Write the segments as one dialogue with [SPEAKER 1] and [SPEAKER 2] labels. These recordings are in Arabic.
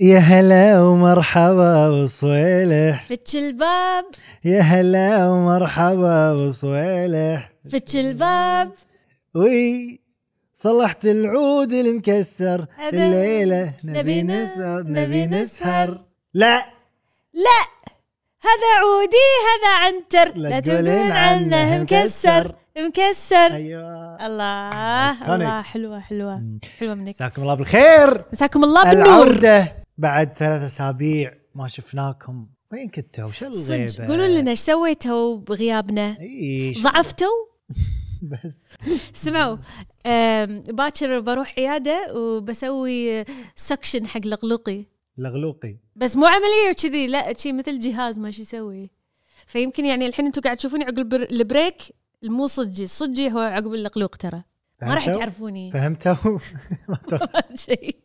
[SPEAKER 1] يا هلا ومرحبا وصويلح
[SPEAKER 2] فتش الباب
[SPEAKER 1] يا هلا ومرحبا وصويلح
[SPEAKER 2] فتش الباب
[SPEAKER 1] وي صلحت العود المكسر
[SPEAKER 2] هذا
[SPEAKER 1] الليلة نبي
[SPEAKER 2] نبي ن-
[SPEAKER 1] نسهر نبي
[SPEAKER 2] نبي
[SPEAKER 1] نسهر
[SPEAKER 2] نسهر.
[SPEAKER 1] لا
[SPEAKER 2] لا هذا عودي هذا عنتر
[SPEAKER 1] لا
[SPEAKER 2] لا
[SPEAKER 1] تقولين
[SPEAKER 2] تقولين
[SPEAKER 1] عنه
[SPEAKER 2] عنه مكسر مكسر
[SPEAKER 1] ايوه
[SPEAKER 2] الله الله
[SPEAKER 1] أيكونيك.
[SPEAKER 2] حلوه حلوه
[SPEAKER 1] مم.
[SPEAKER 2] حلوه منك
[SPEAKER 1] مساكم الله بالخير
[SPEAKER 2] مساكم الله بالنور
[SPEAKER 1] العودة بعد ثلاث اسابيع ما شفناكم وين كنتوا وش الغيبة
[SPEAKER 2] صدق قولوا لنا ايش سويتوا بغيابنا
[SPEAKER 1] ايش
[SPEAKER 2] ضعفتوا
[SPEAKER 1] بس
[SPEAKER 2] سمعوا آم، باكر بروح عياده وبسوي سكشن حق لقلقي
[SPEAKER 1] لغلوقي
[SPEAKER 2] بس مو عمليه وكذي لا شيء مثل جهاز ما شي يسوي فيمكن يعني الحين انتم قاعد تشوفوني عقب البر- البريك المو صجي الصجي هو عقب اللقلوق ترى ما راح
[SPEAKER 1] فهمتوا؟
[SPEAKER 2] تعرفوني
[SPEAKER 1] فهمتوا؟
[SPEAKER 2] شيء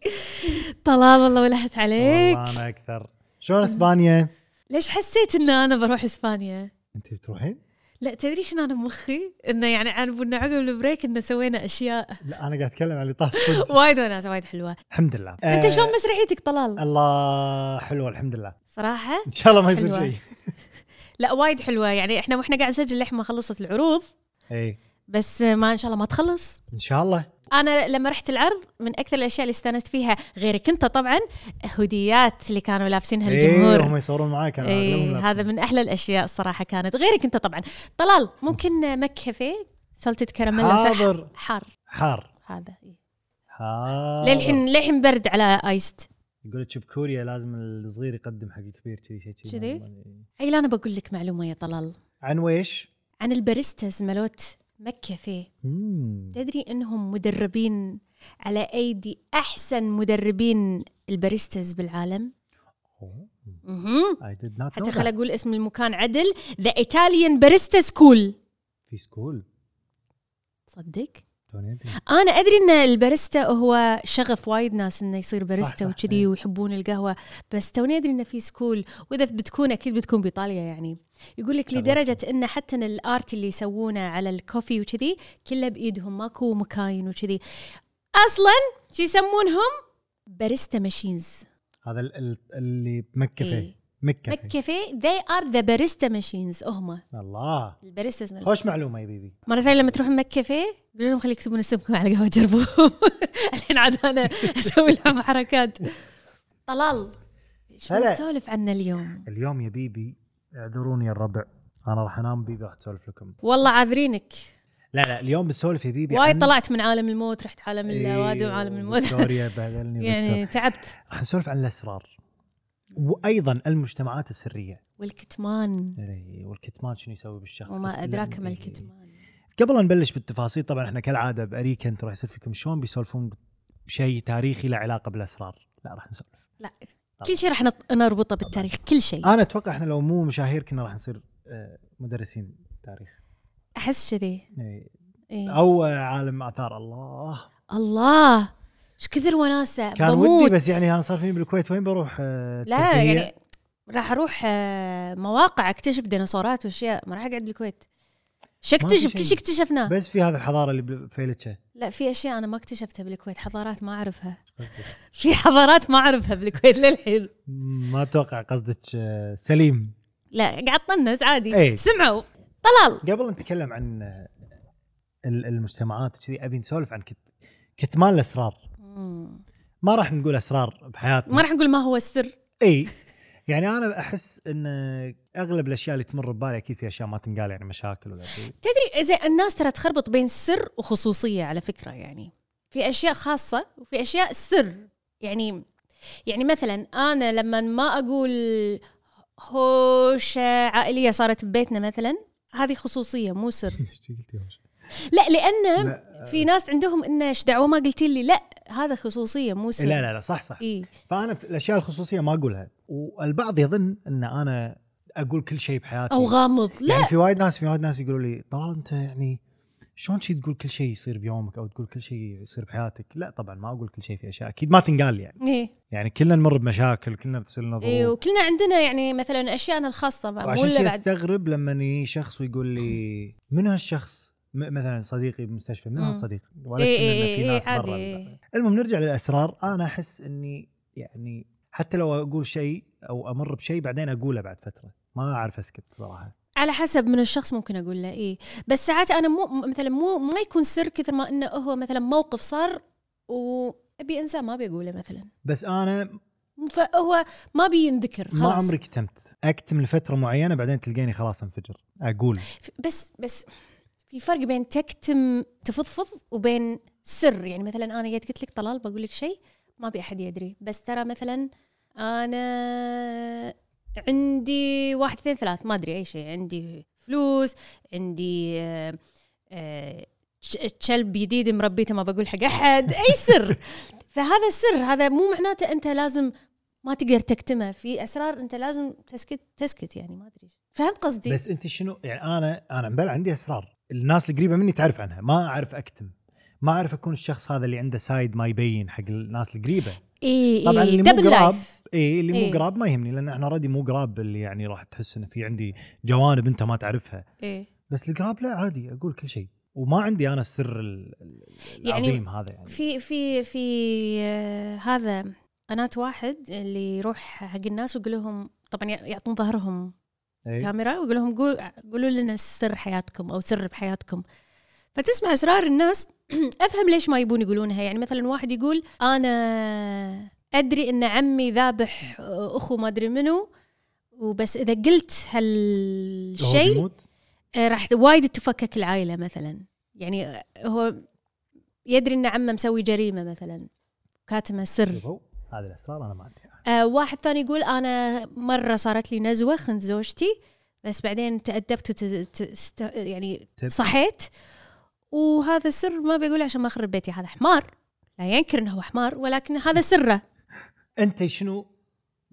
[SPEAKER 2] طلال والله ولحت عليك
[SPEAKER 1] والله انا اكثر شلون اسبانيا؟
[SPEAKER 2] ليش حسيت ان انا بروح اسبانيا
[SPEAKER 1] انت بتروحين؟
[SPEAKER 2] لا تدري شنو انا مخي انه يعني عن عقب البريك انه سوينا اشياء
[SPEAKER 1] لا انا قاعد اتكلم عن اللي طاف صدق.
[SPEAKER 2] وايد وناسه وايد حلوه
[SPEAKER 1] الحمد لله
[SPEAKER 2] انت
[SPEAKER 1] آه،
[SPEAKER 2] شلون مسرحيتك طلال
[SPEAKER 1] الله حلوه الحمد لله
[SPEAKER 2] صراحه
[SPEAKER 1] ان شاء الله ما يصير
[SPEAKER 2] حلوة.
[SPEAKER 1] شيء
[SPEAKER 2] لا وايد حلوه يعني احنا واحنا قاعد نسجل لحين ما خلصت العروض
[SPEAKER 1] اي
[SPEAKER 2] بس ما ان شاء الله ما تخلص
[SPEAKER 1] ان إيه، شاء الله
[SPEAKER 2] انا لما رحت العرض من اكثر الاشياء اللي استانست فيها غيرك انت طبعا هوديات اللي كانوا لابسينها
[SPEAKER 1] إيه، هم
[SPEAKER 2] الجمهور
[SPEAKER 1] يصورون معاك انا
[SPEAKER 2] اي
[SPEAKER 1] أغلبهم لا.
[SPEAKER 2] هذا من احلى الاشياء الصراحه كانت غيرك انت طبعا طلال ممكن مكهفه سلطه كراميل لو سمحت.
[SPEAKER 1] حاضر
[SPEAKER 2] حار
[SPEAKER 1] حار
[SPEAKER 2] هذا إي.
[SPEAKER 1] حار
[SPEAKER 2] للحين للحين برد على ايست
[SPEAKER 1] يقول لك بكوريا لازم الصغير يقدم حق الكبير كذي شيء شي
[SPEAKER 2] كذي؟
[SPEAKER 1] ما-
[SPEAKER 2] اي لا انا بقول لك معلومه يا طلال
[SPEAKER 1] عن ويش؟
[SPEAKER 2] عن الباريستاز مالوت مكهفه
[SPEAKER 1] مم.
[SPEAKER 2] تدري انهم مدربين على ايدي احسن مدربين الباريستاز بالعالم
[SPEAKER 1] أوه،
[SPEAKER 2] مهم.
[SPEAKER 1] I did not know
[SPEAKER 2] حتى خل
[SPEAKER 1] that.
[SPEAKER 2] اقول اسم المكان عدل ذا ايطاليان باريستا سكول
[SPEAKER 1] في سكول
[SPEAKER 2] صدق
[SPEAKER 1] توني أدري.
[SPEAKER 2] انا ادري ان الباريستا هو شغف وايد ناس انه يصير باريستا
[SPEAKER 1] صح،
[SPEAKER 2] وكذي
[SPEAKER 1] إيه.
[SPEAKER 2] ويحبون القهوه بس توني ادري انه في سكول واذا بتكون اكيد بتكون بايطاليا يعني يقول لك
[SPEAKER 1] شغف.
[SPEAKER 2] لدرجه ان حتى إن الارت اللي يسوونه على الكوفي وكذي كله بايدهم ماكو مكاين وكذي اصلا شو يسمونهم باريستا ماشينز
[SPEAKER 1] هذا ال- ال- اللي بمكه
[SPEAKER 2] إيه.
[SPEAKER 1] مكه
[SPEAKER 2] مكفي they are the barista machines هم
[SPEAKER 1] الله
[SPEAKER 2] الباريستا
[SPEAKER 1] خوش معلومه يا بيبي
[SPEAKER 2] مرة ثانية لما تروحون مكفي قولوا لهم خليك يكتبون اسمكم على القهوة جربوه الحين عاد انا اسوي لهم حركات طلال شو
[SPEAKER 1] هلا.
[SPEAKER 2] نسولف عنه اليوم؟
[SPEAKER 1] اليوم يا بيبي اعذروني يا الربع انا راح انام بيبي راح اسولف لكم
[SPEAKER 2] والله عاذرينك
[SPEAKER 1] لا لا اليوم بسولف يا بيبي
[SPEAKER 2] وايد
[SPEAKER 1] عن-
[SPEAKER 2] طلعت من عالم الموت رحت عالم
[SPEAKER 1] إيه،
[SPEAKER 2] الوادي وعالم الموت
[SPEAKER 1] فيكتوريا بهدلني
[SPEAKER 2] يعني
[SPEAKER 1] يعني
[SPEAKER 2] تعبت
[SPEAKER 1] راح نسولف عن الاسرار وايضا المجتمعات السريه
[SPEAKER 2] والكتمان
[SPEAKER 1] إيه، والكتمان شنو يسوي بالشخص
[SPEAKER 2] وما ادراك ما
[SPEAKER 1] إيه.
[SPEAKER 2] الكتمان
[SPEAKER 1] قبل أن نبلش بالتفاصيل طبعا احنا كالعاده باريكنت راح يصير فيكم شلون بيسولفون بشيء تاريخي له علاقه بالاسرار لا راح نسولف
[SPEAKER 2] لا كل شيء راح نط- نربطه بالتاريخ كل شيء
[SPEAKER 1] انا اتوقع احنا لو مو مشاهير كنا راح نصير آه، مدرسين تاريخ
[SPEAKER 2] احس كذي
[SPEAKER 1] إيه،
[SPEAKER 2] إيه.
[SPEAKER 1] او آه، عالم اثار الله
[SPEAKER 2] الله ايش كثر وناسه
[SPEAKER 1] كان
[SPEAKER 2] بموت.
[SPEAKER 1] ودي بس يعني انا صار فيني بالكويت وين بروح آه،
[SPEAKER 2] لا
[SPEAKER 1] الترفيهية؟
[SPEAKER 2] يعني راح اروح آه، مواقع اكتشف ديناصورات واشياء ما راح اقعد بالكويت شو
[SPEAKER 1] ما في
[SPEAKER 2] اكتشف كل
[SPEAKER 1] شيء.
[SPEAKER 2] شيء اكتشفناه
[SPEAKER 1] بس في هذه الحضاره اللي بفيلتشه
[SPEAKER 2] لا في اشياء انا ما اكتشفتها بالكويت حضارات ما اعرفها في حضارات ما اعرفها بالكويت للحين
[SPEAKER 1] ما اتوقع قصدك آه، سليم
[SPEAKER 2] لا قاعد طنس عادي
[SPEAKER 1] إيه.
[SPEAKER 2] سمعوا طلال
[SPEAKER 1] قبل نتكلم عن آه، ال- المجتمعات كذي ابي نسولف عن كت- كتمان الاسرار ما راح نقول اسرار بحياتنا
[SPEAKER 2] ما راح نقول ما هو السر
[SPEAKER 1] اي يعني انا احس ان آه، اغلب الاشياء اللي تمر ببالي اكيد في اشياء ما تنقال يعني مشاكل ولا شيء
[SPEAKER 2] تدري زي الناس ترى تخربط بين سر وخصوصيه على فكره يعني في اشياء خاصه وفي اشياء سر يعني يعني مثلا انا لما ما اقول هوشه عائليه صارت ببيتنا مثلا هذه خصوصيه مو سر
[SPEAKER 1] ايش قلتي
[SPEAKER 2] لا لان
[SPEAKER 1] لا،
[SPEAKER 2] في ناس عندهم انه ايش دعوه ما قلتي لي لا هذا خصوصيه مو سر
[SPEAKER 1] لا لا لا صح صح
[SPEAKER 2] اي
[SPEAKER 1] فانا في الاشياء الخصوصيه ما اقولها والبعض يظن ان انا اقول كل شيء بحياتي
[SPEAKER 2] او غامض لا
[SPEAKER 1] يعني في وايد ناس في وايد ناس يقولوا لي طلال انت يعني شلون شي تقول كل شيء يصير بيومك او تقول كل شيء يصير بحياتك لا طبعا ما اقول كل شيء في اشياء اكيد ما تنقال يعني
[SPEAKER 2] ايه
[SPEAKER 1] يعني كلنا نمر بمشاكل كلنا بتصير لنا
[SPEAKER 2] اي
[SPEAKER 1] ظروف
[SPEAKER 2] وكلنا عندنا يعني مثلا اشياءنا الخاصه ما- إيوه، مو
[SPEAKER 1] وعشان
[SPEAKER 2] اللي
[SPEAKER 1] كذا
[SPEAKER 2] بعد
[SPEAKER 1] استغرب لما يجي شخص ويقول لي من هالشخص م- مثلا صديقي بالمستشفى من
[SPEAKER 2] مم.
[SPEAKER 1] هالصديق ولا
[SPEAKER 2] إي
[SPEAKER 1] تشن
[SPEAKER 2] إي
[SPEAKER 1] إن في
[SPEAKER 2] إي
[SPEAKER 1] ناس
[SPEAKER 2] عادي. إيه،
[SPEAKER 1] مره المهم نرجع للاسرار انا احس اني يعني حتى لو اقول شيء او امر بشيء بعدين اقوله بعد فتره ما اعرف اسكت صراحه
[SPEAKER 2] على حسب من الشخص ممكن اقول له ايه بس ساعات انا مو مثلا مو ما يكون سر كثر ما انه هو مثلا موقف صار وابي انساه ما ابي اقوله مثلا
[SPEAKER 1] بس انا
[SPEAKER 2] فهو ما بينذكر خلاص
[SPEAKER 1] ما عمري كتمت اكتم لفتره معينه بعدين تلقيني خلاص انفجر اقول
[SPEAKER 2] بس بس في فرق بين تكتم تفضفض وبين سر يعني مثلا انا جيت قلت لك طلال بقول لك شيء ما ابي احد يدري بس ترى مثلا انا عندي واحد اثنين ثلاث ما ادري اي شيء عندي فلوس عندي آه، آه، ش- كلب جديد مربيته ما بقول حق احد اي سر فهذا سر هذا مو معناته انت لازم ما تقدر تكتمه في اسرار انت لازم تسكت تسكت يعني ما ادري فهمت قصدي
[SPEAKER 1] بس انت شنو يعني انا انا مبل عندي اسرار الناس القريبه مني تعرف عنها ما اعرف اكتم ما اعرف اكون الشخص هذا اللي عنده سايد ما يبين حق الناس القريبه
[SPEAKER 2] اي
[SPEAKER 1] طبعاً
[SPEAKER 2] اي
[SPEAKER 1] اللي مو
[SPEAKER 2] دبل
[SPEAKER 1] قراب.
[SPEAKER 2] لايف
[SPEAKER 1] اي اللي
[SPEAKER 2] إيه.
[SPEAKER 1] مو قراب ما يهمني لان احنا اوريدي مو قراب اللي يعني راح تحس انه في عندي جوانب انت ما تعرفها
[SPEAKER 2] اي
[SPEAKER 1] بس القراب لا عادي اقول كل شيء وما عندي انا السر ال- ال-
[SPEAKER 2] يعني
[SPEAKER 1] العظيم هذا يعني
[SPEAKER 2] في في في آه، هذا قناة واحد اللي يروح حق الناس ويقول لهم طبعا يع- يعطون ظهرهم
[SPEAKER 1] إيه؟
[SPEAKER 2] كاميرا ويقول لهم قول قولوا لنا سر حياتكم او سر بحياتكم فتسمع اسرار الناس افهم ليش ما يبون يقولونها يعني مثلا واحد يقول انا ادري ان عمي ذابح اخو ما ادري منو وبس اذا قلت
[SPEAKER 1] هو
[SPEAKER 2] هالشيء
[SPEAKER 1] بيموت؟
[SPEAKER 2] آه، راح وايد تفكك العائله مثلا يعني آه، هو يدري ان عمه مسوي جريمه مثلا كاتمه سر
[SPEAKER 1] شوفوا، هذه الاسرار انا ما عندي
[SPEAKER 2] آه، واحد ثاني يقول انا مره صارت لي نزوه خنت زوجتي بس بعدين تادبت وت... تست... يعني
[SPEAKER 1] تب-
[SPEAKER 2] صحيت وهذا سر ما بقول عشان ما اخرب بيتي هذا حمار لا ينكر انه هو حمار ولكن هذا سره
[SPEAKER 1] انت شنو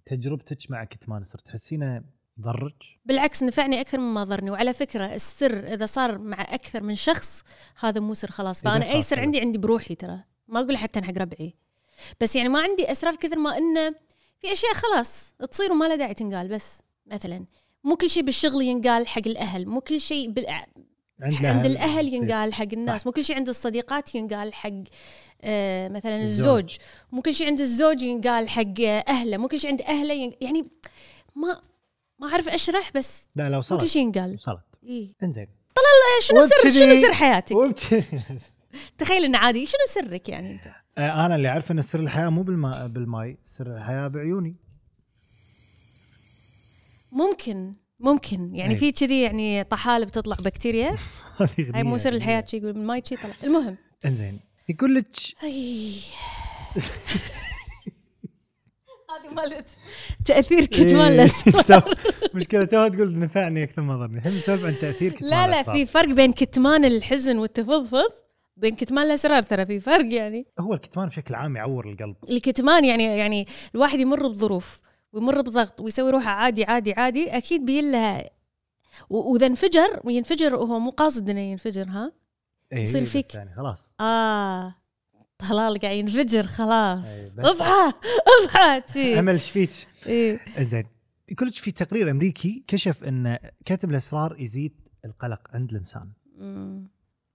[SPEAKER 1] تجربتك مع كتمان السر تحسينه ضرك؟
[SPEAKER 2] بالعكس نفعني اكثر مما ضرني وعلى فكره السر اذا صار مع اكثر من شخص هذا مو سر خلاص
[SPEAKER 1] إذا
[SPEAKER 2] فانا
[SPEAKER 1] صار
[SPEAKER 2] اي سر
[SPEAKER 1] كذا.
[SPEAKER 2] عندي عندي بروحي ترى ما اقول حتى حق ربعي بس يعني ما عندي اسرار كثر ما انه في اشياء خلاص تصير وما لها داعي تنقال بس مثلا مو كل شيء بالشغل ينقال حق الاهل مو كل شيء بالع... عند الاهل
[SPEAKER 1] يصير.
[SPEAKER 2] ينقال حق الناس مو كل شيء عند الصديقات ينقال حق آه، مثلا
[SPEAKER 1] الزوج.
[SPEAKER 2] الزوج مو كل شيء عند الزوج ينقال حق آه، اهله مو كل شيء عند اهله ين... يعني ما ما اعرف اشرح بس
[SPEAKER 1] لا لا
[SPEAKER 2] مو كل
[SPEAKER 1] وصلت
[SPEAKER 2] شيء ينقال
[SPEAKER 1] وصلت
[SPEAKER 2] إيه.
[SPEAKER 1] انزين
[SPEAKER 2] آه، شنو سر
[SPEAKER 1] وبكذي-
[SPEAKER 2] شنو سر حياتك؟
[SPEAKER 1] وبج-
[SPEAKER 2] تخيل انه عادي شنو سرك يعني انت؟
[SPEAKER 1] آه، انا اللي اعرف ان سر الحياه مو بالماء بالماي سر الحياه بعيوني
[SPEAKER 2] ممكن ممكن يعني
[SPEAKER 1] إيه.
[SPEAKER 2] في كذي يعني طحالب تطلع بكتيريا هاي مو سر الحياه شي يقول من ماي شي طلع المهم
[SPEAKER 1] يعني. انزين يقول لك
[SPEAKER 2] أي. هذه مالت إيه. تاثير كتمان
[SPEAKER 1] إيه.
[SPEAKER 2] الاسرار
[SPEAKER 1] مشكله توها تقول نفعني اكثر ما ضرني الحين نسولف عن تاثير كتمان
[SPEAKER 2] لا لا
[SPEAKER 1] الأسرار.
[SPEAKER 2] في فرق بين كتمان الحزن والتفضفض بين كتمان الاسرار ترى في فرق يعني
[SPEAKER 1] هو الكتمان بشكل عام يعور القلب
[SPEAKER 2] الكتمان يعني يعني الواحد يمر بظروف ويمر بضغط ويسوي روحه عادي عادي عادي اكيد بيلها و- واذا انفجر وينفجر وهو مو قاصد انه ينفجر ها
[SPEAKER 1] إيه،
[SPEAKER 2] يصير
[SPEAKER 1] بس
[SPEAKER 2] فيك.
[SPEAKER 1] يعني خلاص
[SPEAKER 2] اه طلال قاعد ينفجر خلاص
[SPEAKER 1] أي، إيه، بس.
[SPEAKER 2] اصحى اصحى شي
[SPEAKER 1] امل شفيت
[SPEAKER 2] إيه.
[SPEAKER 1] انزين يقول لك في تقرير امريكي كشف ان كتم الاسرار يزيد القلق عند الانسان
[SPEAKER 2] أمم.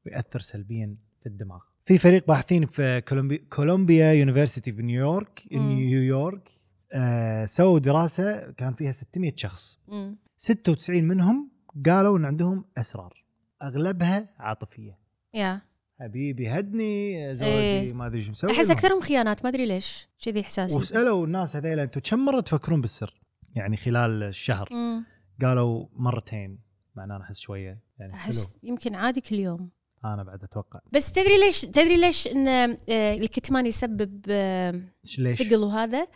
[SPEAKER 1] ويأثر سلبيا في الدماغ. في فريق باحثين في كولومبي... كولومبيا يونيفرسيتي في نيويورك
[SPEAKER 2] مم.
[SPEAKER 1] نيويورك آه سووا دراسه كان فيها 600 شخص
[SPEAKER 2] أمم.
[SPEAKER 1] 96 منهم قالوا ان عندهم اسرار اغلبها عاطفيه
[SPEAKER 2] يا
[SPEAKER 1] حبيبي هدني زوجي
[SPEAKER 2] إيه.
[SPEAKER 1] ما ادري شو مسوي
[SPEAKER 2] احس
[SPEAKER 1] المهم.
[SPEAKER 2] اكثرهم خيانات ما ادري ليش كذي احساسي
[SPEAKER 1] وسالوا الناس هذيلا انتم كم مره تفكرون بالسر؟ يعني خلال الشهر
[SPEAKER 2] أمم.
[SPEAKER 1] قالوا مرتين معناه انا احس شويه يعني
[SPEAKER 2] احس يمكن عادي كل يوم
[SPEAKER 1] حلو انا بعد اتوقع
[SPEAKER 2] بس تدري ليش تدري ليش ان آه، الكتمان يسبب آه،
[SPEAKER 1] إيش- ليش؟
[SPEAKER 2] ثقل وهذا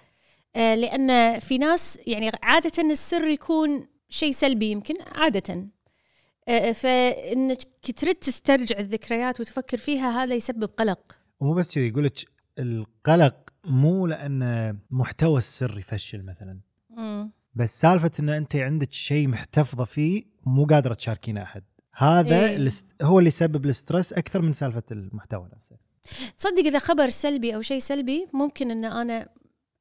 [SPEAKER 2] آه، لان في ناس يعني عاده السر يكون شيء سلبي يمكن عاده آه، فانك كثرت تسترجع الذكريات وتفكر فيها هذا يسبب قلق
[SPEAKER 1] ومو بس كذي يقول لك القلق مو لان محتوى السر يفشل مثلا
[SPEAKER 2] مم.
[SPEAKER 1] بس سالفه ان انت عندك شيء محتفظه فيه مو قادره تشاركينه احد هذا
[SPEAKER 2] إيه.
[SPEAKER 1] إيه؟ هو اللي يسبب الاسترس اكثر من سالفه المحتوى نفسه
[SPEAKER 2] تصدق اذا خبر سلبي او شيء سلبي ممكن ان انا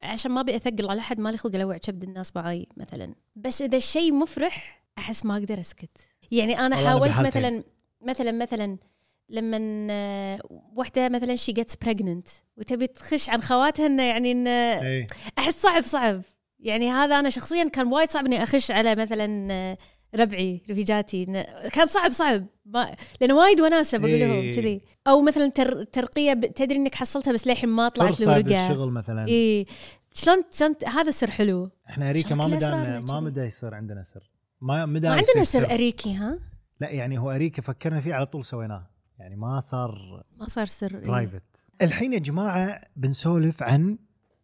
[SPEAKER 2] عشان ما ابي اثقل على احد مالي خلق الوع كبد الناس بعي مثلا بس اذا الشيء مفرح احس ما اقدر اسكت يعني
[SPEAKER 1] والله
[SPEAKER 2] انا
[SPEAKER 1] أنا
[SPEAKER 2] حاولت
[SPEAKER 1] بهالفين.
[SPEAKER 2] مثلا مثلا مثلا لما آه، وحده مثلا شي جيتس بريجننت وتبي تخش عن خواتها انه يعني انه
[SPEAKER 1] إيه.
[SPEAKER 2] احس صعب صعب يعني هذا انا شخصيا كان وايد صعب اني اخش على مثلا آه، ربعي رفيجاتي إن- كان صعب صعب ما لان وايد وناسه بقول لهم
[SPEAKER 1] إيه.
[SPEAKER 2] كذي او مثلا تر ترقيه ب- تدري انك حصلتها بس للحين ما طلعت
[SPEAKER 1] فرصه
[SPEAKER 2] الورقه
[SPEAKER 1] بالشغل مثلا إيه؟
[SPEAKER 2] اي شلون شلون هذا سر حلو
[SPEAKER 1] احنا اريكا
[SPEAKER 2] شارك
[SPEAKER 1] ما مدى
[SPEAKER 2] الأسرار لك
[SPEAKER 1] ما
[SPEAKER 2] كذي.
[SPEAKER 1] مدى يصير عندنا سر ما مدى
[SPEAKER 2] ما
[SPEAKER 1] يصير
[SPEAKER 2] عندنا سر اريكي ها
[SPEAKER 1] لا يعني هو اريكا فكرنا فيه على طول سويناه يعني ما صار
[SPEAKER 2] ما صار سر إيه.
[SPEAKER 1] برايفت الحين يا جماعه بنسولف عن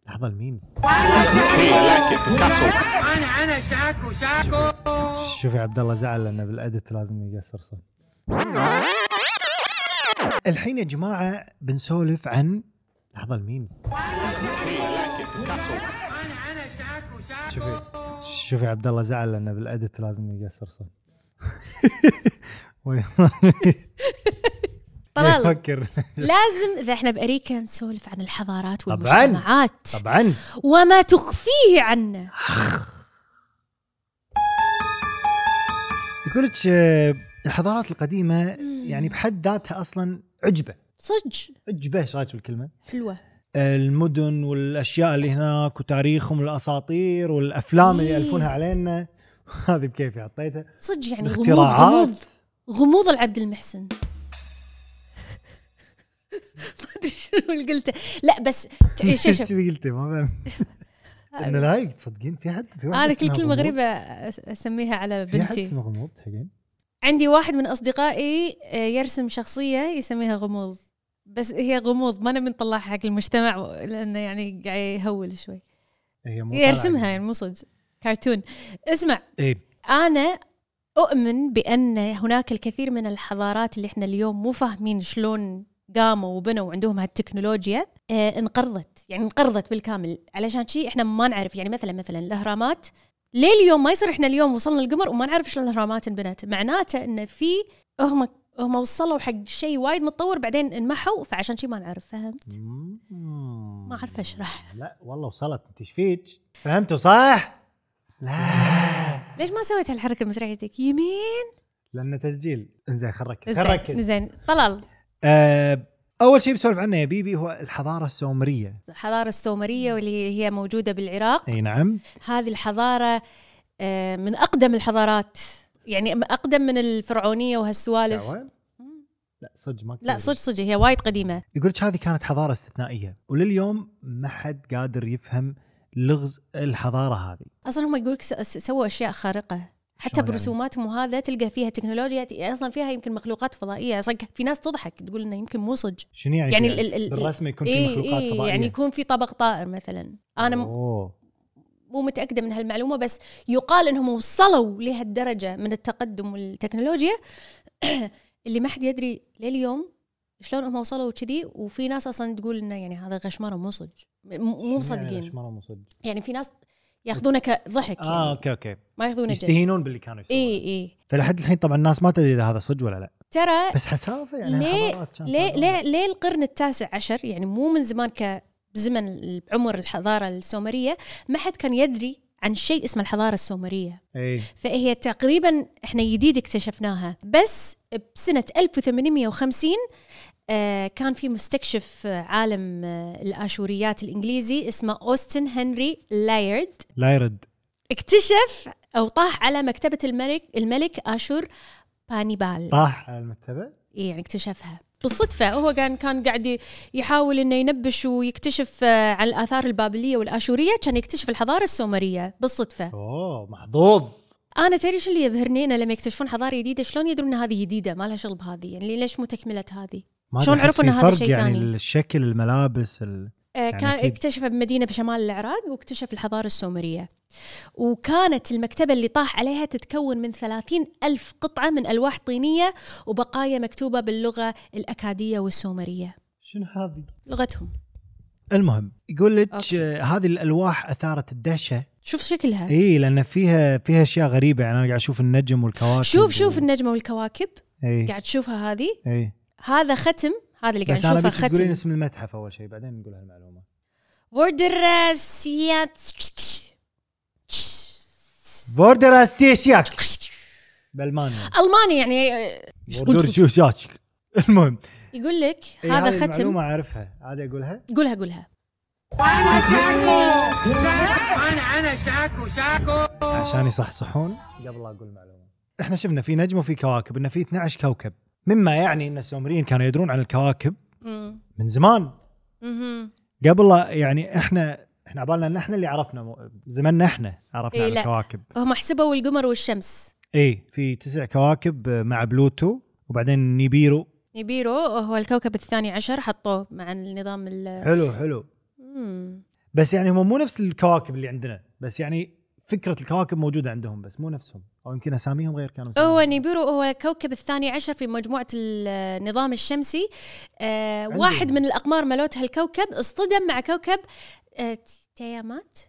[SPEAKER 1] لحظه الميمز
[SPEAKER 3] انا انا شاكو شاكو
[SPEAKER 1] شوفي عبد الله زعل لانه بالادت لازم يقصر صوت الحين يا جماعه بنسولف عن لحظه الميمز
[SPEAKER 3] انا انا شاكو شاكو
[SPEAKER 1] شوفي شوفي عبد الله زعل لانه بالادت لازم يقصر صوت وين-
[SPEAKER 2] طلال
[SPEAKER 1] يفكر
[SPEAKER 2] لازم اذا احنا باريكا نسولف عن الحضارات
[SPEAKER 1] طبعاً.
[SPEAKER 2] والمجتمعات
[SPEAKER 1] طبعا
[SPEAKER 2] وما تخفيه عنا
[SPEAKER 1] يقول لك آه، الحضارات القديمه يعني بحد ذاتها اصلا عجبه
[SPEAKER 2] صدق
[SPEAKER 1] عجبه ايش رايك بالكلمه؟
[SPEAKER 2] حلوه
[SPEAKER 1] المدن والاشياء اللي هناك وتاريخهم والاساطير والافلام اللي
[SPEAKER 2] إيه.
[SPEAKER 1] يالفونها علينا هذه بكيفي حطيتها
[SPEAKER 2] صدق يعني غموض
[SPEAKER 1] اختراعات
[SPEAKER 2] غموض غموض العبد المحسن ما ادري شنو اللي قلته لا بس ت- شوف شوف
[SPEAKER 1] كذي قلت ما فاهم انه لايق تصدقين في حد في واحد
[SPEAKER 2] انا كل كلمه غريبه أس- اسميها على
[SPEAKER 1] نعم، في حد
[SPEAKER 2] بنتي
[SPEAKER 1] اسمه غموض حقين
[SPEAKER 2] عندي واحد من اصدقائي آه، يرسم شخصيه يسميها غموض بس هي غموض ما انا بنطلعها حق المجتمع و- لانه يعني قاعد يهول شوي
[SPEAKER 1] هي مو طالعة
[SPEAKER 2] يرسمها
[SPEAKER 1] يعني.
[SPEAKER 2] يعني مو صدق كرتون اسمع
[SPEAKER 1] ايه
[SPEAKER 2] أنا أؤمن بأن هناك الكثير من الحضارات اللي احنا اليوم مو فاهمين شلون قاموا وبنوا وعندهم هالتكنولوجيا آه انقرضت يعني انقرضت بالكامل علشان شيء احنا ما نعرف يعني مثلا مثلا الأهرامات ليه اليوم ما يصير احنا اليوم وصلنا القمر وما نعرف شلون الأهرامات انبنت معناته أن في هم هم وصلوا حق شيء وايد متطور بعدين انمحوا فعشان شيء ما نعرف فهمت
[SPEAKER 1] مم.
[SPEAKER 2] ما أعرف أشرح
[SPEAKER 1] لا والله وصلت انت ايش فيك؟ فهمتوا صح؟ لا
[SPEAKER 2] ليش ما سويت هالحركة مسرعيتك يمين
[SPEAKER 1] لانه تسجيل انزين خل ركز خل
[SPEAKER 2] زين
[SPEAKER 1] ركز
[SPEAKER 2] زين طلال
[SPEAKER 1] آه، اول شيء بسولف عنه يا بيبي هو الحضاره السومريه
[SPEAKER 2] الحضارة السومرية واللي هي موجودة بالعراق
[SPEAKER 1] اي نعم
[SPEAKER 2] هذه الحضارة آه، من أقدم الحضارات يعني أقدم من الفرعونية وهالسوالف
[SPEAKER 1] دعوة؟ لا صدق ما
[SPEAKER 2] لا
[SPEAKER 1] كتير.
[SPEAKER 2] صدق صدق هي وايد قديمة
[SPEAKER 1] يقول لك هذه كانت حضاره استثنائيه ولليوم ما حد قادر يفهم لغز الحضاره هذه
[SPEAKER 2] أصلا هم يقولك س- س- سووا أشياء خارقة حتى
[SPEAKER 1] شلون يعني؟
[SPEAKER 2] برسوماتهم وهذا تلقى فيها تكنولوجيا ت- اصلا فيها يمكن مخلوقات فضائيه اصلا في ناس تضحك تقول انه يمكن مو صدق
[SPEAKER 1] شنو يعني
[SPEAKER 2] يعني
[SPEAKER 1] فيها؟
[SPEAKER 2] ال- ال- ال-
[SPEAKER 1] بالرسمه يكون في
[SPEAKER 2] إيه
[SPEAKER 1] مخلوقات
[SPEAKER 2] إيه
[SPEAKER 1] فضائيه
[SPEAKER 2] يعني يكون في طبق طائر مثلا انا م-
[SPEAKER 1] أوه.
[SPEAKER 2] مو متاكده من هالمعلومه بس يقال انهم وصلوا لهالدرجه من التقدم والتكنولوجيا اللي ما حد يدري لليوم شلون هم وصلوا كذي وفي ناس اصلا تقول انه يعني هذا غشمره مو صدق م- مو
[SPEAKER 1] شنو يعني
[SPEAKER 2] مصدقين
[SPEAKER 1] الأشمرة مو صدق
[SPEAKER 2] يعني في ناس ياخذونه كضحك
[SPEAKER 1] اه
[SPEAKER 2] يعني
[SPEAKER 1] اوكي اوكي
[SPEAKER 2] ما ياخذونه جد
[SPEAKER 1] يستهينون باللي كانوا يسوون
[SPEAKER 2] اي اي
[SPEAKER 1] فلحد الحين طبعا الناس ما تدري اذا هذا صدق ولا لا
[SPEAKER 2] ترى
[SPEAKER 1] بس حسافه يعني
[SPEAKER 2] ليه-
[SPEAKER 1] حضارات كانت
[SPEAKER 2] ليه
[SPEAKER 1] عندهم.
[SPEAKER 2] ليه ليه القرن التاسع عشر يعني مو من زمان كزمن عمر الحضاره السومريه ما حد كان يدري عن شيء اسمه الحضاره السومريه
[SPEAKER 1] اي
[SPEAKER 2] فهي تقريبا احنا جديد اكتشفناها بس بسنة 1850 آه، كان في مستكشف آه، عالم آه، الآشوريات الإنجليزي اسمه أوستن هنري لايرد
[SPEAKER 1] لا يرد
[SPEAKER 2] اكتشف أو طاح على مكتبة الملك الملك آشور بانيبال
[SPEAKER 1] طاح على المكتبه
[SPEAKER 2] إيه، يعني اكتشفها بالصدفة هو كان كان قاعد ي- يحاول انه ينبش ويكتشف آه، عن الآثار البابلية والآشورية كان يكتشف الحضارة السومرية بالصدفة
[SPEAKER 1] اوه محظوظ
[SPEAKER 2] انا تدري شو اللي يبهرني انه لما يكتشفون حضاره جديده شلون يدرون ان هذه جديده ما لها شغل بهذه يعني ليش مو تكمله هذه؟
[SPEAKER 1] ما أدري،
[SPEAKER 2] شلون
[SPEAKER 1] أحس
[SPEAKER 2] عرفوا
[SPEAKER 1] في
[SPEAKER 2] إن هذا
[SPEAKER 1] فرق
[SPEAKER 2] شيء
[SPEAKER 1] يعني
[SPEAKER 2] ثاني؟
[SPEAKER 1] الشكل الملابس ال...
[SPEAKER 2] آه كان
[SPEAKER 1] يعني أكيد.
[SPEAKER 2] اكتشفها بمدينه بشمال العراق واكتشف الحضاره السومريه وكانت المكتبه اللي طاح عليها تتكون من 30 ألف قطعه من الواح طينيه وبقايا مكتوبه باللغه الاكاديه والسومريه
[SPEAKER 1] شنو هذه؟
[SPEAKER 2] لغتهم
[SPEAKER 1] المهم يقول لك
[SPEAKER 2] أوكي. أه.
[SPEAKER 1] آه، هذه الالواح اثارت الدهشه
[SPEAKER 2] شوف شكلها
[SPEAKER 1] اي لان فيها فيها اشياء غريبه يعني انا قاعد اشوف النجم والكواكب
[SPEAKER 2] شوف شوف
[SPEAKER 1] و...
[SPEAKER 2] النجمه والكواكب
[SPEAKER 1] اي
[SPEAKER 2] قاعد تشوفها هذه
[SPEAKER 1] اي
[SPEAKER 2] هذا ختم هذا اللي قاعد
[SPEAKER 1] بس انا
[SPEAKER 2] نشوفه
[SPEAKER 1] ابيك تقولين
[SPEAKER 2] ختم
[SPEAKER 1] اسم المتحف اول شيء بعدين نقول هالمعلومه
[SPEAKER 2] بوردراسيات
[SPEAKER 1] بوردر استيشياك بالمانيا
[SPEAKER 2] الماني يعني آه،
[SPEAKER 1] بوردر شوشاشك المهم
[SPEAKER 2] يقول لك
[SPEAKER 1] إي،
[SPEAKER 2] هذا
[SPEAKER 1] إيه، هذه
[SPEAKER 2] ختم
[SPEAKER 1] المعلومه اعرفها عادي اقولها
[SPEAKER 2] قولها قولها
[SPEAKER 3] وانا شاكو شاكو وانا انا شاكو شاكو
[SPEAKER 1] عشان يصحصحون قبل لا اقول معلومه احنا شفنا في نجم وفي كواكب انه في 12 كوكب مما يعني ان السومريين كانوا يدرون عن الكواكب
[SPEAKER 2] مم.
[SPEAKER 1] من زمان
[SPEAKER 2] مهم.
[SPEAKER 1] قبل لا يعني احنا احنا عبالنا ان احنا اللي عرفنا مو- زماننا احنا عرفنا
[SPEAKER 2] إي
[SPEAKER 1] عن
[SPEAKER 2] إيه، لا.
[SPEAKER 1] الكواكب
[SPEAKER 2] هم حسبوا القمر والشمس
[SPEAKER 1] اي في تسع كواكب آه، مع بلوتو وبعدين نيبيرو
[SPEAKER 2] نيبيرو هو الكوكب الثاني عشر حطوه مع النظام ال
[SPEAKER 1] حلو حلو
[SPEAKER 2] مم.
[SPEAKER 1] بس يعني هم مو نفس الكواكب اللي عندنا بس يعني فكره الكواكب موجوده عندهم بس مو نفسهم او يمكن اساميهم غير كانوا
[SPEAKER 2] هو
[SPEAKER 1] مسمينها.
[SPEAKER 2] نيبيرو هو الكوكب الثاني عشر في مجموعة النظام الشمسي آه
[SPEAKER 1] عندهم.
[SPEAKER 2] واحد من الأقمار مالوت هالكوكب اصطدم مع كوكب آه تيامات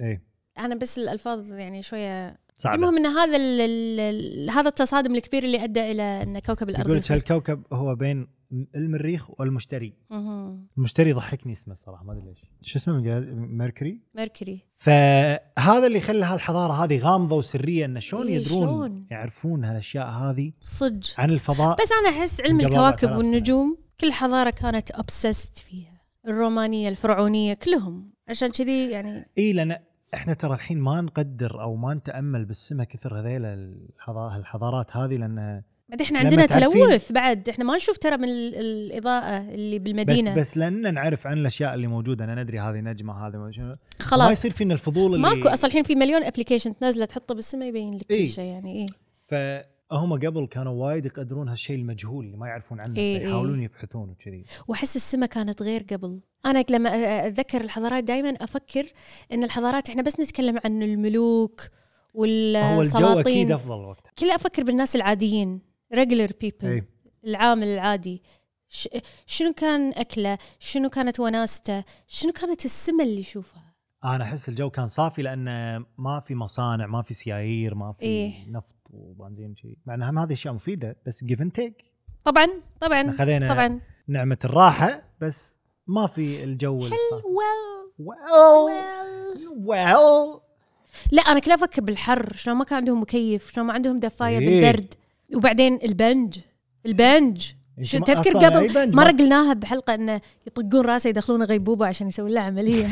[SPEAKER 1] اي
[SPEAKER 2] أنا بس الألفاظ يعني شوية
[SPEAKER 1] صعب
[SPEAKER 2] المهم أن هذا ال ال هذا التصادم الكبير اللي أدى إلى أن كوكب الأرض
[SPEAKER 1] يقول لك
[SPEAKER 2] ينفجر.
[SPEAKER 1] هالكوكب هو بين المريخ والمشتري
[SPEAKER 2] مهم.
[SPEAKER 1] المشتري ضحكني اسمه الصراحه ما ادري ليش شو اسمه بالإنجليزي؟ ميركوري
[SPEAKER 2] ميركوري
[SPEAKER 1] فهذا اللي خلى هالحضاره هذه غامضه وسريه انه شلون
[SPEAKER 2] إيه،
[SPEAKER 1] يدرون
[SPEAKER 2] شلون؟
[SPEAKER 1] يعرفون هالاشياء هذه
[SPEAKER 2] صج
[SPEAKER 1] عن الفضاء
[SPEAKER 2] بس انا احس علم
[SPEAKER 1] قبل
[SPEAKER 2] الكواكب
[SPEAKER 1] 4000
[SPEAKER 2] والنجوم كل حضاره كانت obsessed فيها الرومانيه الفرعونيه كلهم عشان كذي يعني
[SPEAKER 1] اي لان احنا إيه، ترى الحين ما نقدر او ما نتامل بالسماء كثر هذيل الحضا- الحضارات هذه لان
[SPEAKER 2] بعد احنا
[SPEAKER 1] لما
[SPEAKER 2] عندنا
[SPEAKER 1] تعرفين-
[SPEAKER 2] تلوث بعد احنا ما نشوف ترى من ال- الاضاءه اللي
[SPEAKER 1] بس
[SPEAKER 2] بالمدينه بس
[SPEAKER 1] بس لان نعرف عن الاشياء اللي موجوده انا ندري هذه نجمه هذه ما شنو
[SPEAKER 2] بس
[SPEAKER 1] ما
[SPEAKER 2] خلاص
[SPEAKER 1] يصير فينا الفضول اللي
[SPEAKER 2] ماكو اصلا الحين في مليون ابلكيشن تنزله تحطه بالسماء يبين لك كل
[SPEAKER 1] إيه.
[SPEAKER 2] شيء يعني ايه
[SPEAKER 1] فهم قبل كانوا وايد يقدرون هالشيء المجهول اللي ما يعرفون عنه
[SPEAKER 2] إي، إي.
[SPEAKER 1] فيحاولون يبحثون وكذي
[SPEAKER 2] واحس السماء كانت غير قبل انا لما أ- اتذكر الحضارات دائما افكر ان الحضارات احنا بس نتكلم عن الملوك آه،
[SPEAKER 1] هو الجو اكيد
[SPEAKER 2] والسلاطين
[SPEAKER 1] افضل وقتها إيه.
[SPEAKER 2] كل افكر بالناس العاديين regular people
[SPEAKER 1] اي
[SPEAKER 2] العامل العادي ش... شنو كان اكله شنو كانت وناسته شنو كانت السمه اللي يشوفها
[SPEAKER 1] انا احس الجو كان صافي لان ما في مصانع ما في سيايير ما في
[SPEAKER 2] إيه.
[SPEAKER 1] نفط وبنزين كذي مع انها هذه اشياء مفيده بس جيف اند تيك
[SPEAKER 2] طبعا طبعا
[SPEAKER 1] خذينا
[SPEAKER 2] طبعا
[SPEAKER 1] نعمه الراحه بس ما في الجو الصافي
[SPEAKER 2] well,
[SPEAKER 1] well,
[SPEAKER 2] well.
[SPEAKER 1] well.
[SPEAKER 2] لا انا كل افكر بالحر شلون ما كان عندهم مكيف شلون ما عندهم دفايه
[SPEAKER 1] إيه.
[SPEAKER 2] بالبرد وبعدين البنج البنج
[SPEAKER 1] يمكن
[SPEAKER 2] شو
[SPEAKER 1] ما-
[SPEAKER 2] تذكر
[SPEAKER 1] أصلاً أي
[SPEAKER 2] قبل
[SPEAKER 1] بنج ما-
[SPEAKER 2] ما رجلناها بحلقه انه يطقون راسه يدخلونه غيبوبه عشان يسوون له عمليه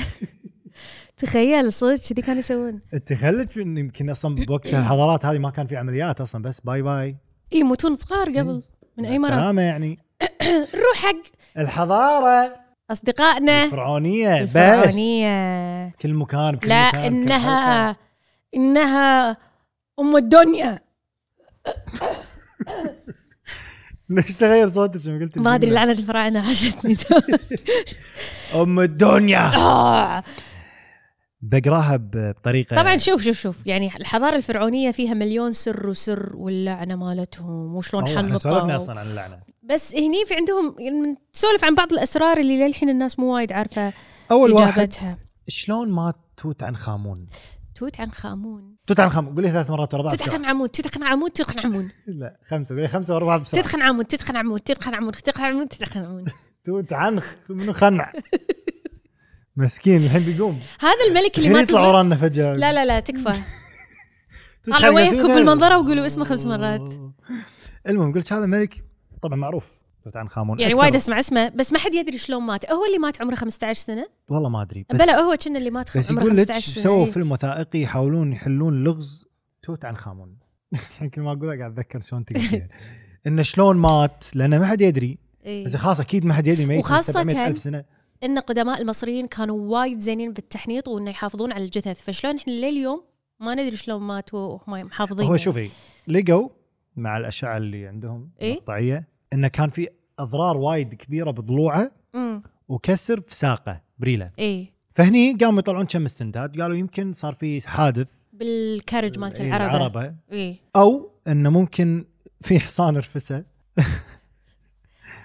[SPEAKER 2] تخيل صدق كذي كانوا يسوون
[SPEAKER 1] التخلف إن يمكن اصلا بوقت الحضارات هذه ما كان في عمليات اصلا بس باي باي
[SPEAKER 2] اي إيه، يموتون صغار
[SPEAKER 1] إيه.
[SPEAKER 2] قبل من اي مرض
[SPEAKER 1] سلامه يعني
[SPEAKER 2] نروح حق
[SPEAKER 1] الحضاره
[SPEAKER 2] اصدقائنا
[SPEAKER 1] الفرعونيه بس
[SPEAKER 2] الفرعونية
[SPEAKER 1] كل مكان بكل
[SPEAKER 2] لا
[SPEAKER 1] مكان، بكل حلقة.
[SPEAKER 2] انها انها ام الدنيا
[SPEAKER 1] ليش تغير صوتك لما قلت
[SPEAKER 2] ما ادري
[SPEAKER 1] الجملة؟
[SPEAKER 2] لعنه الفراعنه عاشتني
[SPEAKER 1] ام الدنيا
[SPEAKER 2] آه.
[SPEAKER 1] بقراها ب- بطريقه
[SPEAKER 2] طبعا شوف شوف شوف يعني الحضاره الفرعونيه فيها مليون سر وسر واللعنه مالتهم وشلون
[SPEAKER 1] أوه، احنا سولفنا
[SPEAKER 2] حلطوها
[SPEAKER 1] اصلا عن اللعنه
[SPEAKER 2] بس هني في عندهم يعني تسولف عن بعض الاسرار اللي للحين الناس مو وايد عارفه
[SPEAKER 1] اول واحد
[SPEAKER 2] اجابتها
[SPEAKER 1] شلون مات توت عنخ امون؟
[SPEAKER 2] توت عنخ امون
[SPEAKER 1] توت عنخ امون قولي ثلاث مرات ورا بعض
[SPEAKER 2] توت عنخ امون توت عنخ امون توت عنخ امون
[SPEAKER 1] لا خمسه قولي خمسه ورا بعض بسرعه
[SPEAKER 2] تدخن عمود تدخن عمود تدخن عمود تدخن عمود تدخن عمود
[SPEAKER 1] توت عنخ منو خنع مسكين الحين بيقوم
[SPEAKER 2] هذا الملك اللي
[SPEAKER 1] الحين
[SPEAKER 2] ما
[SPEAKER 1] يطلع
[SPEAKER 2] تزرع
[SPEAKER 1] ورانا فجاه
[SPEAKER 2] لا لا لا تكفى
[SPEAKER 1] توت
[SPEAKER 2] طلعوا
[SPEAKER 1] عنخ
[SPEAKER 2] وجهكم
[SPEAKER 1] أسود.
[SPEAKER 2] بالمنظرة وقولوا اسمه خمس مرات.
[SPEAKER 1] المهم قلت هذا ملك طبعا معروف توت عنخ امون
[SPEAKER 2] يعني
[SPEAKER 1] أكثر-
[SPEAKER 2] وايد اسمع اسمه بس ما حد يدري شلون مات هو اللي مات عمره 15 سنه
[SPEAKER 1] والله ما ادري بس
[SPEAKER 2] بلا هو كنا اللي مات خم-
[SPEAKER 1] بس
[SPEAKER 2] عمره
[SPEAKER 1] يقول لك
[SPEAKER 2] 15 سنه
[SPEAKER 1] سووا
[SPEAKER 2] إيه.
[SPEAKER 1] فيلم وثائقي يحاولون يحلون لغز توت عنخ امون الحين كل ما اقولها قاعد اتذكر شلون تقول انه شلون مات لانه ما حد يدري
[SPEAKER 2] إيه.
[SPEAKER 1] بس خلاص اكيد ما حد يدري ميت
[SPEAKER 2] وخاصة-
[SPEAKER 1] وخاصة ألف سنه
[SPEAKER 2] ان قدماء المصريين كانوا وايد زينين بالتحنيط وانه يحافظون على الجثث فشلون احنا لليوم ما ندري شلون ماتوا وهم محافظين
[SPEAKER 1] هو
[SPEAKER 2] يعني.
[SPEAKER 1] شوفي لقوا مع الاشعه اللي عندهم
[SPEAKER 2] إيه؟
[SPEAKER 1] المقطعيه انه كان في اضرار وايد كبيره بضلوعه
[SPEAKER 2] امم
[SPEAKER 1] وكسر في ساقه بريله
[SPEAKER 2] اي
[SPEAKER 1] فهني قاموا يطلعون كم استنداد قالوا يمكن صار في حادث
[SPEAKER 2] بالكارج مالت
[SPEAKER 1] إيه،
[SPEAKER 2] العربه
[SPEAKER 1] العربه
[SPEAKER 2] اي
[SPEAKER 1] او انه ممكن في حصان رفسه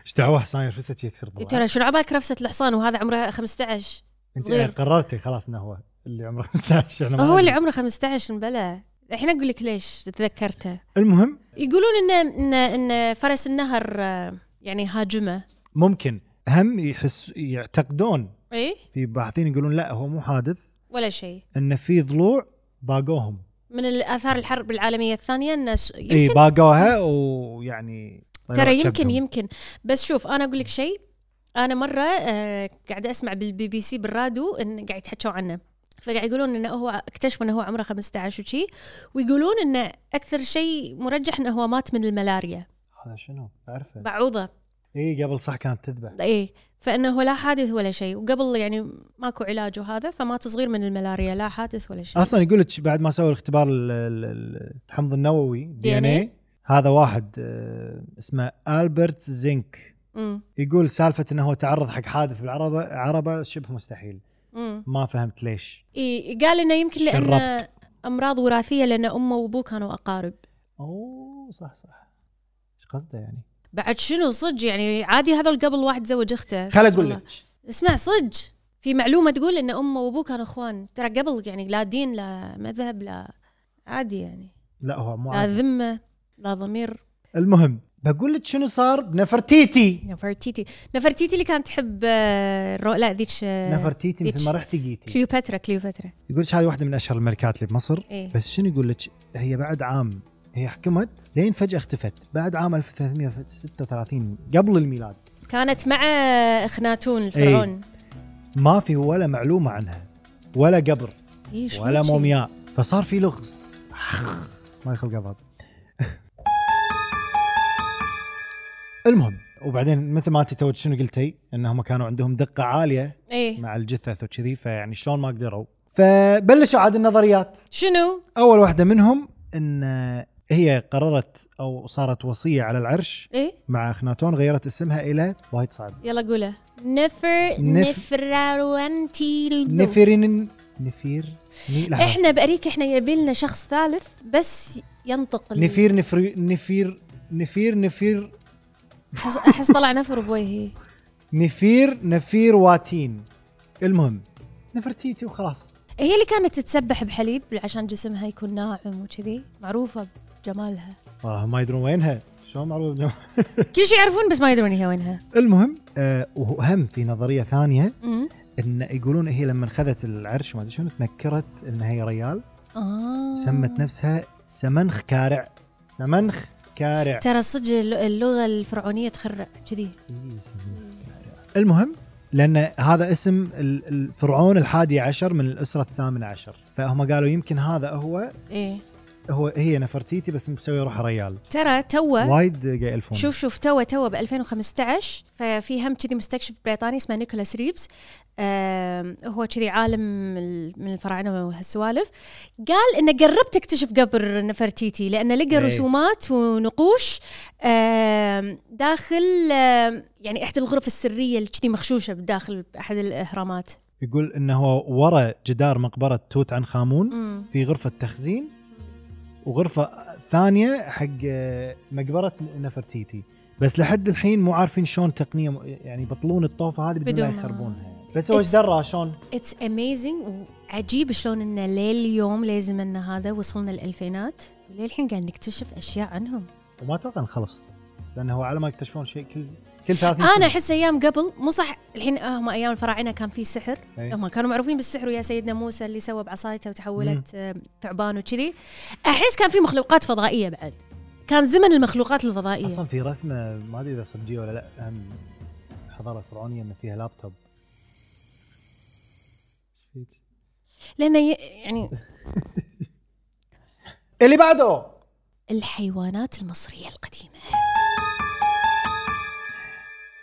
[SPEAKER 1] ايش دعوه حسين ايش فسك يكسر ضلعه؟
[SPEAKER 2] ترى شنو عبالك رفسه الحصان وهذا عمره 15
[SPEAKER 1] انت
[SPEAKER 2] صغير.
[SPEAKER 1] يعني قررتي خلاص انه هو اللي عمره 15 احنا ما
[SPEAKER 2] هو اللي
[SPEAKER 1] ندري.
[SPEAKER 2] عمره 15 انبلى الحين اقول لك ليش تذكرته
[SPEAKER 1] المهم
[SPEAKER 2] يقولون ان ان, إن فرس النهر آه، يعني هاجمه
[SPEAKER 1] ممكن هم يحس يعتقدون
[SPEAKER 2] اي
[SPEAKER 1] في باحثين يقولون لا هو مو حادث
[SPEAKER 2] ولا شيء
[SPEAKER 1] انه في ضلوع باقوهم
[SPEAKER 2] من الاثار الحرب العالميه الثانيه الناس
[SPEAKER 1] اي
[SPEAKER 2] يمكن
[SPEAKER 1] باقوها ويعني
[SPEAKER 2] ترى يمكن
[SPEAKER 1] شبهم.
[SPEAKER 2] يمكن بس شوف انا اقول لك شيء انا مره آه، قاعده اسمع بالبي بي سي بالراديو ان قاعد يتحكوا عنه فقاعد يقولون انه هو اكتشفوا انه هو عمره 15 وشي ويقولون انه اكثر شيء مرجح انه هو مات من الملاريا
[SPEAKER 1] هذا شنو؟ اعرفه
[SPEAKER 2] بعوضه
[SPEAKER 1] اي قبل صح كانت تذبح
[SPEAKER 2] ايه فانه لا حادث ولا شيء وقبل يعني ماكو علاج وهذا فمات صغير من الملاريا لا حادث ولا شيء
[SPEAKER 1] اصلا يقول لك بعد ما سووا الاختبار ال- ال- ال- الحمض النووي
[SPEAKER 2] إيه.
[SPEAKER 1] دي إيه، ان
[SPEAKER 2] DNA.
[SPEAKER 1] اي هذا واحد آه، اسمه البرت زينك
[SPEAKER 2] امم
[SPEAKER 1] يقول سالفه انه هو تعرض حق حادث بالعربه عربه شبه مستحيل
[SPEAKER 2] امم
[SPEAKER 1] ما فهمت ليش
[SPEAKER 2] إيه قال انه يمكن لان
[SPEAKER 1] شربت.
[SPEAKER 2] امراض وراثيه لان امه وابوه كانوا اقارب
[SPEAKER 1] اوه صح صح ايش قصده يعني
[SPEAKER 2] بعد شنو صج يعني عادي هذول قبل واحد زوج
[SPEAKER 1] خل
[SPEAKER 2] اخته استغفر
[SPEAKER 1] اقول
[SPEAKER 2] الله.
[SPEAKER 1] لك
[SPEAKER 2] اسمع صج في معلومه تقول ان امه وابوه كانوا اخوان ترى قبل يعني لا دين لا مذهب لا عادي يعني
[SPEAKER 1] لا هو مو
[SPEAKER 2] لا
[SPEAKER 1] عادي.
[SPEAKER 2] ذمه لا ضمير
[SPEAKER 1] المهم بقول لك شنو صار بنفرتيتي
[SPEAKER 2] نفرتيتي نفرتيتي اللي كانت تحب آه، الرو... لا ذيك آه،
[SPEAKER 1] نفرتيتي مثل ما
[SPEAKER 2] ذيك-
[SPEAKER 1] رحتي جيتي
[SPEAKER 2] كليوباترا كليوباترا
[SPEAKER 1] يقول لك هذه واحده من اشهر الملكات اللي بمصر
[SPEAKER 2] ايه
[SPEAKER 1] بس شنو يقول لك هي بعد عام هي حكمت لين فجاه اختفت بعد عام 1336 قبل الميلاد
[SPEAKER 2] كانت مع
[SPEAKER 1] إيه.
[SPEAKER 2] اخناتون الفرعون
[SPEAKER 1] ما في ولا معلومه عنها ولا قبر
[SPEAKER 2] إيه، شو
[SPEAKER 1] ولا
[SPEAKER 2] شي.
[SPEAKER 1] مومياء فصار في لغز أخ، ما يخلق غضب المهم وبعدين مثل ما انت تو شنو قلتي انهم كانوا عندهم دقه عاليه
[SPEAKER 2] ايه
[SPEAKER 1] مع الجثث وكذي فيعني شلون ما قدروا فبلشوا عاد النظريات
[SPEAKER 2] شنو
[SPEAKER 1] اول واحده منهم ان هي قررت او صارت وصيه على العرش
[SPEAKER 2] ايه
[SPEAKER 1] مع اخناتون غيرت اسمها الى وايد صعب
[SPEAKER 2] يلا قوله نفر
[SPEAKER 1] نف-
[SPEAKER 2] نفراروانتي
[SPEAKER 1] نفيرين نفير ني- لحظة.
[SPEAKER 2] احنا بأريكا احنا يبيلنا شخص ثالث بس ينطق ال-
[SPEAKER 1] نفير نفر نفير نفير نفير
[SPEAKER 2] احس احس طلع نفر بوجهي
[SPEAKER 1] نفير نفير واتين المهم نفرتيتي وخلاص
[SPEAKER 2] هي اللي كانت تتسبح بحليب عشان جسمها يكون ناعم وكذي معروفه بجمالها
[SPEAKER 1] والله ما يدرون وينها شلون معروف الجماعة؟
[SPEAKER 2] كل شيء يعرفون بس ما يدرون هي وينها
[SPEAKER 1] المهم آه وهم في نظريه ثانيه
[SPEAKER 2] أمم.
[SPEAKER 1] ان يقولون هي لما خذت العرش ما ادري شنو تنكرت ان هي ريال
[SPEAKER 2] اه
[SPEAKER 1] سمت نفسها سمنخ كارع سمنخ كارع
[SPEAKER 2] ترى صدق الل- اللغه الفرعونيه تخرع كذي
[SPEAKER 1] إيه، سمنخ كارع. المهم لان هذا اسم ال- الفرعون الحادي عشر من الاسره الثامنه عشر فهم قالوا يمكن هذا هو
[SPEAKER 2] ايه
[SPEAKER 1] هو هي نفرتيتي بس مسوي روحها ريال
[SPEAKER 2] ترى توه
[SPEAKER 1] وايد قايلفون
[SPEAKER 2] طيب. شوف شوف تو تو ب 2015 ففي هم كذي مستكشف بريطاني اسمه نيكولاس ريفز آم، هو كذي عالم ال- من الفراعنه وهالسوالف قال انه قرب تكتشف قبر نفرتيتي لانه لقى
[SPEAKER 1] إيه.
[SPEAKER 2] رسومات ونقوش آم، داخل آم، يعني احدى الغرف السريه اللي كذي مخشوشه بداخل احد الاهرامات
[SPEAKER 1] يقول انه هو ورا جدار مقبره توت عنخ امون
[SPEAKER 2] مم.
[SPEAKER 1] في غرفه تخزين وغرفه ثانيه حق آه، مقبره نفرتيتي بس لحد الحين مو عارفين شلون تقنيه م- يعني بطلون الطوفه هذه بدون ما
[SPEAKER 2] بدون ما-
[SPEAKER 1] يخربونها يعني. بس هو ايش
[SPEAKER 2] It's-
[SPEAKER 1] درى شلون؟
[SPEAKER 2] اتس اميزنج وعجيب شلون انه لليوم لازم ان هذا وصلنا الالفينات وللحين قاعد نكتشف اشياء عنهم
[SPEAKER 1] وما اتوقع نخلص لانه هو على ما يكتشفون شيء كل كل 30
[SPEAKER 2] انا
[SPEAKER 1] سنة.
[SPEAKER 2] احس ايام قبل مو صح الحين هم ايام الفراعنه كان في سحر
[SPEAKER 1] إيه.
[SPEAKER 2] هم كانوا معروفين بالسحر ويا سيدنا موسى اللي سوى بعصايته وتحولت آه، ثعبان وكذي احس كان في مخلوقات فضائيه بعد كان زمن المخلوقات الفضائيه
[SPEAKER 1] اصلا في رسمه ما ادري اذا صجيه ولا لا عن الحضاره الفرعونيه ان فيها لابتوب
[SPEAKER 2] لانه ي- يعني
[SPEAKER 1] اللي بعده
[SPEAKER 2] الحيوانات المصريه القديمه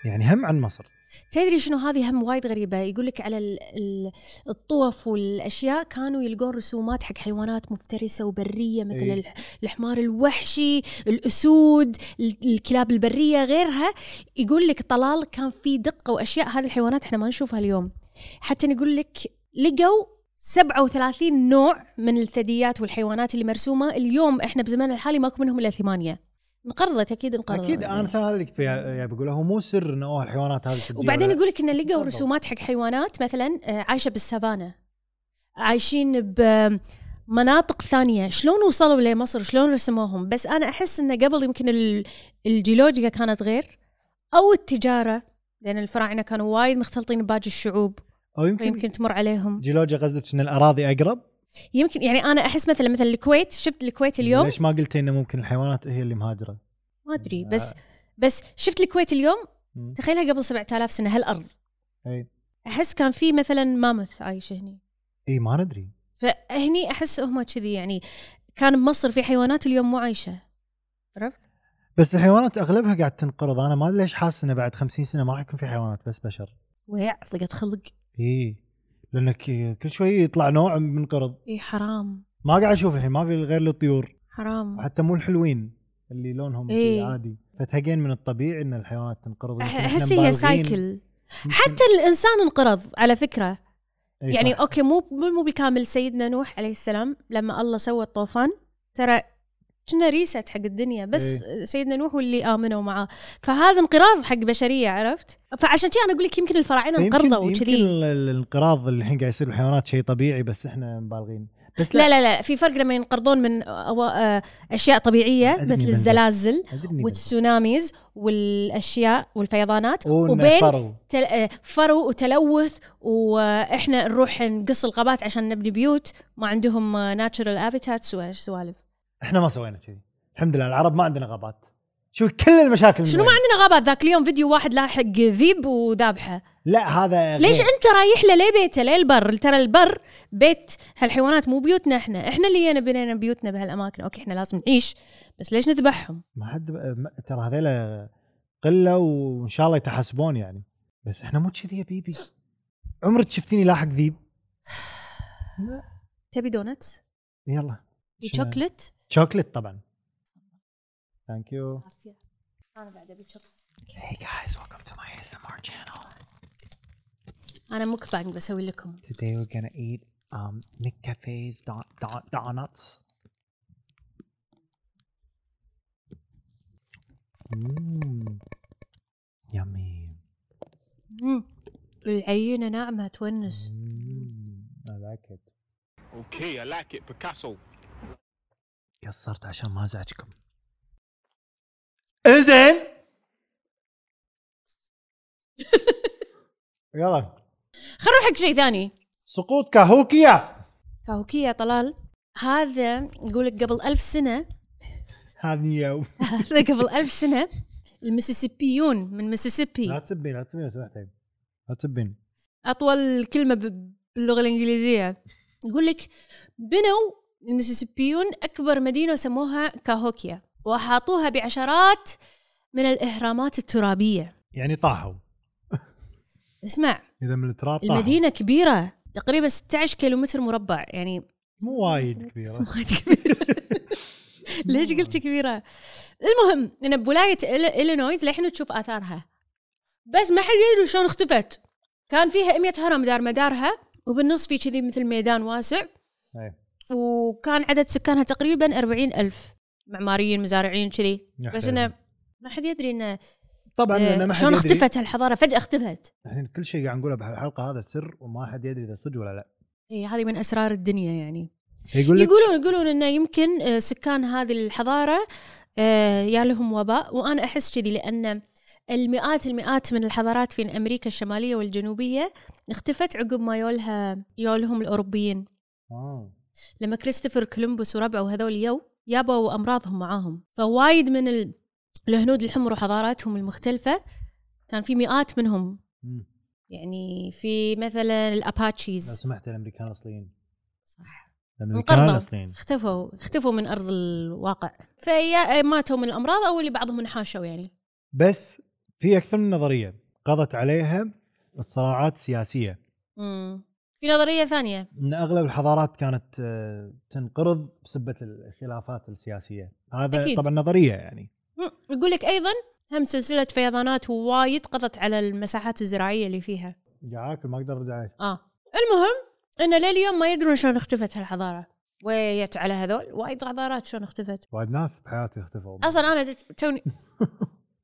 [SPEAKER 1] يعني هم عن مصر
[SPEAKER 2] تدري شنو هذه هم وايد غريبه يقول لك على ال- ال- الطوف والاشياء كانوا يلقون رسومات حق حيوانات مفترسه وبريه مثل
[SPEAKER 1] إيه.
[SPEAKER 2] إيه؟ الحمار الوحشي الاسود ال- الكلاب البريه غيرها يقول لك طلال كان في دقه واشياء هذه الحيوانات احنا ما نشوفها اليوم حتى يقول لك لقوا 37 نوع من الثدييات والحيوانات اللي مرسومه اليوم احنا بزماننا الحالي ماكو منهم الا ثمانيه انقرضت اكيد انقرضت
[SPEAKER 1] اكيد انا ترى هذا اللي كنت يعني بقوله هو مو سر انه اوه الحيوانات هذه تجي
[SPEAKER 2] وبعدين
[SPEAKER 1] ولا-
[SPEAKER 2] يقول لك انه لقوا
[SPEAKER 1] بالضبط.
[SPEAKER 2] رسومات حق حيوانات مثلا آه، عايشه بالسافانا عايشين بمناطق ثانيه شلون وصلوا لمصر شلون رسموهم بس انا احس انه قبل يمكن ال- الجيولوجيا كانت غير او التجاره لان الفراعنه كانوا وايد مختلطين بباقي الشعوب
[SPEAKER 1] او يمكن
[SPEAKER 2] يمكن تمر عليهم
[SPEAKER 1] جيولوجيا قصدك ان الاراضي اقرب
[SPEAKER 2] يمكن يعني انا احس مثلا مثلا الكويت شفت الكويت اليوم
[SPEAKER 1] ليش آه. ما قلتي انه ممكن الحيوانات هي اللي مهاجره؟
[SPEAKER 2] ما ادري بس بس شفت الكويت اليوم
[SPEAKER 1] مم.
[SPEAKER 2] تخيلها قبل 7000 سنه هالارض
[SPEAKER 1] أي.
[SPEAKER 2] احس كان في مثلا ماموث عايش هني
[SPEAKER 1] اي ما ندري
[SPEAKER 2] فهني احس هم كذي يعني كان بمصر في حيوانات اليوم مو عايشه عرفت؟
[SPEAKER 1] بس الحيوانات اغلبها قاعد تنقرض انا ما ادري ليش حاسس انه بعد 50 سنه ما راح يكون في حيوانات بس بشر
[SPEAKER 2] ويع طلقت خلق
[SPEAKER 1] اي لانك كل شوي يطلع نوع منقرض
[SPEAKER 2] اي حرام
[SPEAKER 1] ما قاعد اشوف الحين ما في غير للطيور
[SPEAKER 2] حرام
[SPEAKER 1] حتى مو الحلوين اللي لونهم
[SPEAKER 2] إيه.
[SPEAKER 1] إيه؟ عادي فتهقين من الطبيعي ان الحيوانات تنقرض
[SPEAKER 2] أح-
[SPEAKER 1] يمكن إحنا
[SPEAKER 2] احس هي
[SPEAKER 1] مبالغين.
[SPEAKER 2] سايكل
[SPEAKER 1] يمكن-
[SPEAKER 2] حتى الانسان انقرض على فكره
[SPEAKER 1] إي
[SPEAKER 2] يعني
[SPEAKER 1] صح.
[SPEAKER 2] اوكي مو مو مو بالكامل سيدنا نوح عليه السلام لما الله سوى الطوفان ترى كنا ريست حق الدنيا بس سيدنا نوح واللي امنوا معاه فهذا انقراض حق بشريه عرفت فعشان كذا انا اقول لك يمكن الفراعنه
[SPEAKER 1] فيمكن-
[SPEAKER 2] انقرضوا
[SPEAKER 1] يمكن
[SPEAKER 2] وكذي
[SPEAKER 1] ال- ال- الانقراض اللي الحين قاعد يصير بالحيوانات شيء طبيعي بس احنا مبالغين بس
[SPEAKER 2] لا لا لا في فرق لما ينقرضون من أو آه، اشياء طبيعيه
[SPEAKER 1] أدري
[SPEAKER 2] مثل
[SPEAKER 1] بنزل.
[SPEAKER 2] الزلازل
[SPEAKER 1] أدري بس.
[SPEAKER 2] والتسوناميز والاشياء والفيضانات
[SPEAKER 1] وإن
[SPEAKER 2] وبين
[SPEAKER 1] فرو.
[SPEAKER 2] تل... آه، فرو وتلوث واحنا نروح نقص الغابات عشان نبني بيوت ما عندهم ناتشرال هابيتاتس وسوالف
[SPEAKER 1] احنا ما سوينا كذي الحمد لله العرب ما عندنا غابات شوف كل المشاكل من
[SPEAKER 2] شنو ما
[SPEAKER 1] وين.
[SPEAKER 2] عندنا غابات ذاك اليوم فيديو واحد لاحق ذيب وذابحه
[SPEAKER 1] لا هذا
[SPEAKER 2] ليش
[SPEAKER 1] غير.
[SPEAKER 2] انت رايح له ليه بيته ليه البر ترى البر بيت هالحيوانات مو بيوتنا احنا احنا اللي جينا بنينا بيوتنا بهالاماكن اوكي احنا لازم نعيش بس ليش نذبحهم
[SPEAKER 1] ما حد ما- ترى هذيلا قله وان شاء الله يتحاسبون يعني بس احنا مو كذي يا بيبي عمرك شفتيني لاحق ذيب
[SPEAKER 2] تبي دونت
[SPEAKER 1] يلا
[SPEAKER 2] في
[SPEAKER 1] شنو؟
[SPEAKER 2] شوكلت
[SPEAKER 1] شوكليت طبعا ثانك يو
[SPEAKER 2] انا بعد ابي شوكلت
[SPEAKER 1] Hey guys, welcome to my ASMR channel.
[SPEAKER 2] انا مكبانج بسوي لكم
[SPEAKER 1] Today we're gonna eat um, Nick Cafe's don- don- donuts. Mmm, yummy.
[SPEAKER 2] مم. العينه ناعمه تونس
[SPEAKER 1] Mm, I like it.
[SPEAKER 4] Okay, I like it, Picasso.
[SPEAKER 1] قصرت عشان ما ازعجكم. انزين يلا
[SPEAKER 2] خل نروح حق شيء ثاني
[SPEAKER 1] سقوط كاهوكيا
[SPEAKER 2] كاوكية يا طلال هذا نقولك قبل ألف سنة
[SPEAKER 1] هذه يوم
[SPEAKER 2] هذا قبل ألف سنة المسيسيبيون من
[SPEAKER 1] لا
[SPEAKER 2] مسيسيبي
[SPEAKER 1] تسبين لا تسبين لو سمحتي لا تسبين
[SPEAKER 2] أطول كلمة ب- باللغة الإنجليزية يقولك بنوا المسيسيبيون أكبر مدينة سموها كاهوكيا وحاطوها بعشرات من الإهرامات الترابية
[SPEAKER 1] يعني طاحوا
[SPEAKER 2] اسمع
[SPEAKER 1] اذا من التراب طاحوا
[SPEAKER 2] المدينة كبيرة تقريبا 16 كيلومتر مربع يعني
[SPEAKER 1] مو وايد كبيره
[SPEAKER 2] وايد كبيرة ليش قلت كبيرة؟ المهم ان بولاية إل- إلينويز للحين تشوف آثارها بس ما حد يدري شلون اختفت كان فيها 100 هرم دار مدارها وبالنص في كذي مثل ميدان واسع
[SPEAKER 1] إيه.
[SPEAKER 2] وكان عدد سكانها تقريبا أربعين ألف معماريين مزارعين كذي
[SPEAKER 1] يا
[SPEAKER 2] بس
[SPEAKER 1] حلو.
[SPEAKER 2] انه ما حد يدري انه
[SPEAKER 1] طبعا
[SPEAKER 2] آه،
[SPEAKER 1] لان ما حد
[SPEAKER 2] شلون
[SPEAKER 1] يدري.
[SPEAKER 2] اختفت هالحضاره فجاه اختفت
[SPEAKER 1] احنا كل شيء قاعد نقوله بهالحلقه هذا سر وما حد يدري اذا صدق ولا لا
[SPEAKER 2] اي إيه، هذه من اسرار الدنيا يعني
[SPEAKER 1] يقول لك
[SPEAKER 2] يقولون يقولون انه يمكن آه، سكان هذه الحضاره آه، يا لهم وباء وانا احس كذي لان المئات المئات من الحضارات في امريكا الشماليه والجنوبيه اختفت عقب ما يولها يولهم الاوروبيين
[SPEAKER 1] آه.
[SPEAKER 2] لما كريستوفر كولومبوس وربعه وهذول يو يابوا امراضهم معاهم فوايد من ال- الهنود الحمر وحضاراتهم المختلفه كان في مئات منهم
[SPEAKER 1] مم.
[SPEAKER 2] يعني في مثلا
[SPEAKER 1] لو
[SPEAKER 2] الاباتشيز
[SPEAKER 1] سمحت الامريكان اصليين
[SPEAKER 2] صح
[SPEAKER 1] الامريكان
[SPEAKER 2] انقرضوا.
[SPEAKER 1] اصليين
[SPEAKER 2] اختفوا اختفوا من ارض الواقع فيا ماتوا من الامراض او اللي بعضهم انحاشوا يعني
[SPEAKER 1] بس في اكثر من نظريه قضت عليها الصراعات السياسيه
[SPEAKER 2] امم في نظريه ثانيه
[SPEAKER 1] ان اغلب الحضارات كانت آه، تنقرض بسبه الخلافات السياسيه هذا
[SPEAKER 2] أكيد.
[SPEAKER 1] طبعا نظريه يعني
[SPEAKER 2] مم. يقول لك ايضا هم سلسله فيضانات وايد قضت على المساحات الزراعيه اللي فيها آه.
[SPEAKER 1] جعاك ما اقدر ارجع عليك
[SPEAKER 2] اه المهم ان لليوم ما يدرون شلون اختفت هالحضاره ويت على هذول وايد غدارات شلون اختفت
[SPEAKER 1] وايد ناس بحياتي اختفوا
[SPEAKER 2] اصلا انا دت- توني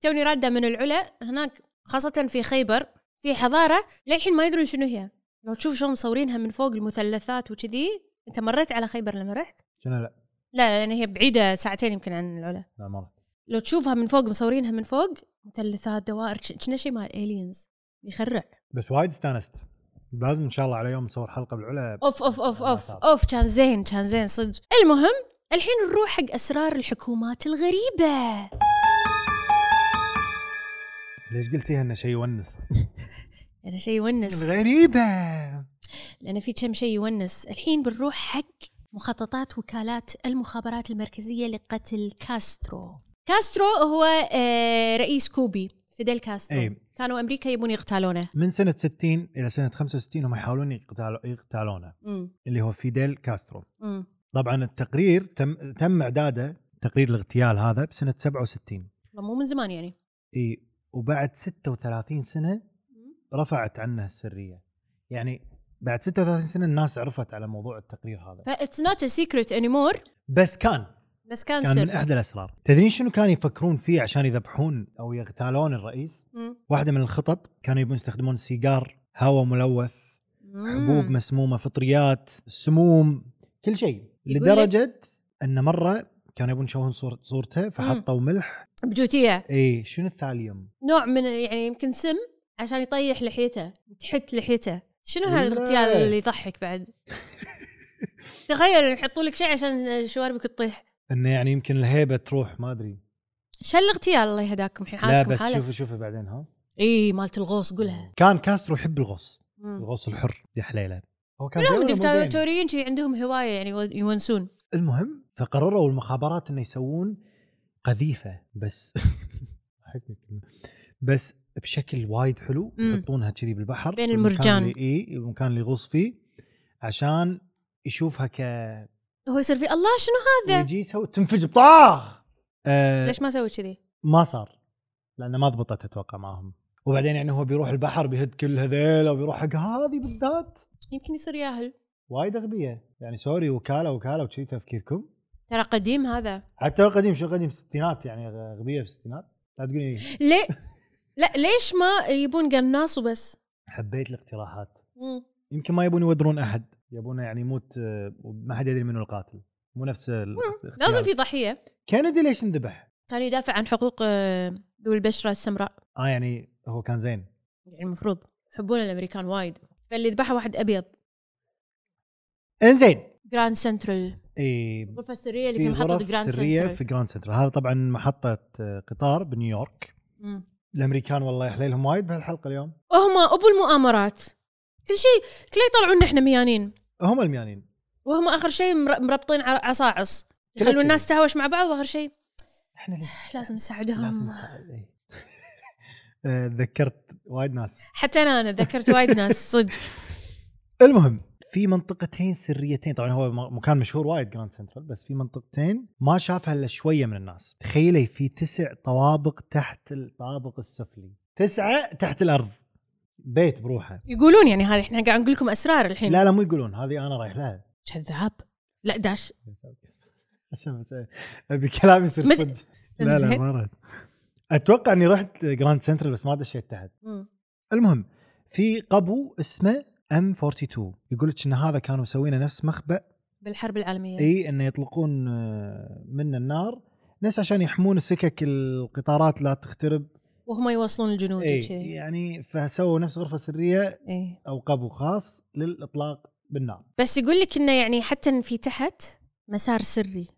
[SPEAKER 2] توني راده من العلا هناك خاصه في خيبر في حضاره للحين ما يدرون شنو هي لو تشوف شلون مصورينها من فوق المثلثات وكذي انت مريت على خيبر لما رحت
[SPEAKER 1] شنو لا
[SPEAKER 2] لا لان هي بعيده ساعتين يمكن عن العلا
[SPEAKER 1] لا ما رحت.
[SPEAKER 2] لو تشوفها من فوق مصورينها من فوق مثلثات دوائر كنا شيء مال الينز يخرع
[SPEAKER 1] بس وايد استانست لازم ان شاء الله على يوم نصور حلقه بالعلا
[SPEAKER 2] اوف اوف اوف اوف اوف كان زين كان زين صدق المهم الحين نروح حق اسرار الحكومات الغريبه
[SPEAKER 1] ليش قلتي انه شيء يونس؟
[SPEAKER 2] هذا شيء يعني يونس
[SPEAKER 1] غريبه
[SPEAKER 2] لان في كم شيء يونس الحين بنروح حق مخططات وكالات المخابرات المركزيه لقتل كاسترو كاسترو هو آه، رئيس كوبي فيدل كاسترو
[SPEAKER 1] اي
[SPEAKER 2] كانوا امريكا يبون يغتالونه
[SPEAKER 1] من سنه 60 الى سنه 65 هم يحاولون يقتال- يقتالونه
[SPEAKER 2] امم
[SPEAKER 1] اللي هو فيديل كاسترو
[SPEAKER 2] امم
[SPEAKER 1] طبعا التقرير تم تم اعداده تقرير الاغتيال هذا بسنه 67
[SPEAKER 2] مو من زمان يعني
[SPEAKER 1] اي وبعد 36 سنه رفعت عنه السريه يعني بعد 36 سنه الناس عرفت على موضوع التقرير هذا
[SPEAKER 2] فاتس نوت ا سيكريت انيمور
[SPEAKER 1] بس كان
[SPEAKER 2] بس كان
[SPEAKER 1] كان من
[SPEAKER 2] سر
[SPEAKER 1] احدى الاسرار تدري شنو كانوا يفكرون فيه عشان يذبحون او يغتالون الرئيس
[SPEAKER 2] مم.
[SPEAKER 1] واحده من الخطط كانوا يبون يستخدمون سيجار هواء ملوث
[SPEAKER 2] مم.
[SPEAKER 1] حبوب مسمومه فطريات سموم كل شيء
[SPEAKER 2] يقول
[SPEAKER 1] لدرجه ان مره كانوا يبون يشوهون صور- صورته فحطوا ملح
[SPEAKER 2] بجوتيه
[SPEAKER 1] اي شنو الثاليوم
[SPEAKER 2] نوع من يعني يمكن سم عشان يطيح لحيته تحت لحيته شنو
[SPEAKER 1] لا.
[SPEAKER 2] هالاغتيال اللي يضحك بعد تخيل يحطوا لك شيء عشان شواربك تطيح
[SPEAKER 1] انه يعني يمكن الهيبه تروح ما ادري
[SPEAKER 2] شو الاغتيال الله يهداكم الحين
[SPEAKER 1] لا
[SPEAKER 2] حالتكم
[SPEAKER 1] بس
[SPEAKER 2] حاله
[SPEAKER 1] شوفي شوفي بعدين ها
[SPEAKER 2] اي مالت الغوص قولها
[SPEAKER 1] كان كاسترو يحب الغوص
[SPEAKER 2] مم.
[SPEAKER 1] الغوص الحر يا حليله هو كان
[SPEAKER 2] هم
[SPEAKER 1] زين ولا مو زين؟
[SPEAKER 2] دكتاتوريين شي عندهم هوايه يعني يو- يونسون
[SPEAKER 1] المهم فقرروا المخابرات انه يسوون قذيفه بس ضحكني الكلمة. بس بشكل وايد حلو
[SPEAKER 2] مم.
[SPEAKER 1] يحطونها كذي بالبحر
[SPEAKER 2] إمم. بين
[SPEAKER 1] بالمكان
[SPEAKER 2] المرجان.
[SPEAKER 1] اللي اي المكان اللي يغوص فيه عشان يشوفها ك
[SPEAKER 2] هو يصير في الله شنو هذا؟
[SPEAKER 1] ويجي يسوي تنفجر طاخ آه
[SPEAKER 2] ليش ما سويت كذي؟
[SPEAKER 1] ما صار لانه ما ضبطت اتوقع معهم وبعدين يعني هو بيروح البحر بيهد كل هذيلا وبيروح حق هذه بالذات
[SPEAKER 2] يمكن يصير ياهل
[SPEAKER 1] وايد اغبيه يعني سوري وكاله وكاله وشي تفكيركم
[SPEAKER 2] ترى قديم هذا
[SPEAKER 1] حتى لو قديم شو قديم ستينات يعني غ- غبيه في الستينات لا تقولي
[SPEAKER 2] ليه؟ لا ليش ما يبون قناص وبس؟
[SPEAKER 1] حبيت الاقتراحات
[SPEAKER 2] مم.
[SPEAKER 1] يمكن ما يبون يودرون احد يبون يعني يموت آه، وما حد يدري منو القاتل مو نفس ال- الاختيار.
[SPEAKER 2] لازم في ضحيه
[SPEAKER 1] كندي ليش انذبح؟
[SPEAKER 2] كان يدافع عن حقوق آه، ذوي البشره السمراء
[SPEAKER 1] اه يعني هو كان زين
[SPEAKER 2] يعني المفروض يحبون الامريكان وايد فاللي ذبحه واحد ابيض
[SPEAKER 1] انزين
[SPEAKER 2] جراند سنترال
[SPEAKER 1] اي
[SPEAKER 2] الغرفه السريه اللي في
[SPEAKER 1] إيه، في
[SPEAKER 2] محطه
[SPEAKER 1] غرف
[SPEAKER 2] جراند
[SPEAKER 1] سريه
[SPEAKER 2] سنترال
[SPEAKER 1] في جراند سنترال هذا طبعا محطه آه، قطار بنيويورك
[SPEAKER 2] مم.
[SPEAKER 1] الامريكان والله يحليلهم وايد بهالحلقه اليوم
[SPEAKER 2] وهم ابو المؤامرات كل شيء كل يطلعون احنا ميانين
[SPEAKER 1] هم الميانين
[SPEAKER 2] وهم اخر شيء مر- مربطين ع- عصاعص
[SPEAKER 1] كذا
[SPEAKER 2] يخلون
[SPEAKER 1] كذا.
[SPEAKER 2] الناس تهاوش مع بعض واخر شيء
[SPEAKER 1] احنا ليش
[SPEAKER 2] لازم نساعدهم
[SPEAKER 1] لازم نساعد إي. آه، تذكرت وايد ناس
[SPEAKER 2] حتى انا انا ذكرت وايد ناس صدق
[SPEAKER 1] المهم في منطقتين سريتين طبعا هو م- مكان مشهور وايد جراند سنترال بس في منطقتين ما شافها الا شويه من الناس تخيلي في تسع طوابق تحت الطابق السفلي تسعه تحت الارض بيت بروحه
[SPEAKER 2] يقولون يعني هذا احنا قاعد نقول لكم اسرار الحين
[SPEAKER 1] لا لا مو يقولون هذه انا رايح لها
[SPEAKER 2] كذاب لا داش
[SPEAKER 1] عشان بس ابي كلامي يصير
[SPEAKER 2] مثل-
[SPEAKER 1] صدق لا لا
[SPEAKER 2] زين.
[SPEAKER 1] ما رحت اتوقع اني رحت جراند سنترال بس ما دشيت تحت
[SPEAKER 2] مم.
[SPEAKER 1] المهم في قبو اسمه ام 42 يقول لك ان هذا كانوا مسوينه نفس مخبأ
[SPEAKER 2] بالحرب العالميه
[SPEAKER 1] اي انه إيه، يطلقون آه، منه النار ناس عشان يحمون سكك القطارات لا تخترب
[SPEAKER 2] وهم يوصلون الجنود
[SPEAKER 1] اي
[SPEAKER 2] وكذي
[SPEAKER 1] يعني فسووا نفس غرفه سريه
[SPEAKER 2] اي
[SPEAKER 1] او قبو خاص للاطلاق بالنار
[SPEAKER 2] بس يقول لك انه يعني حتى إن في تحت مسار سري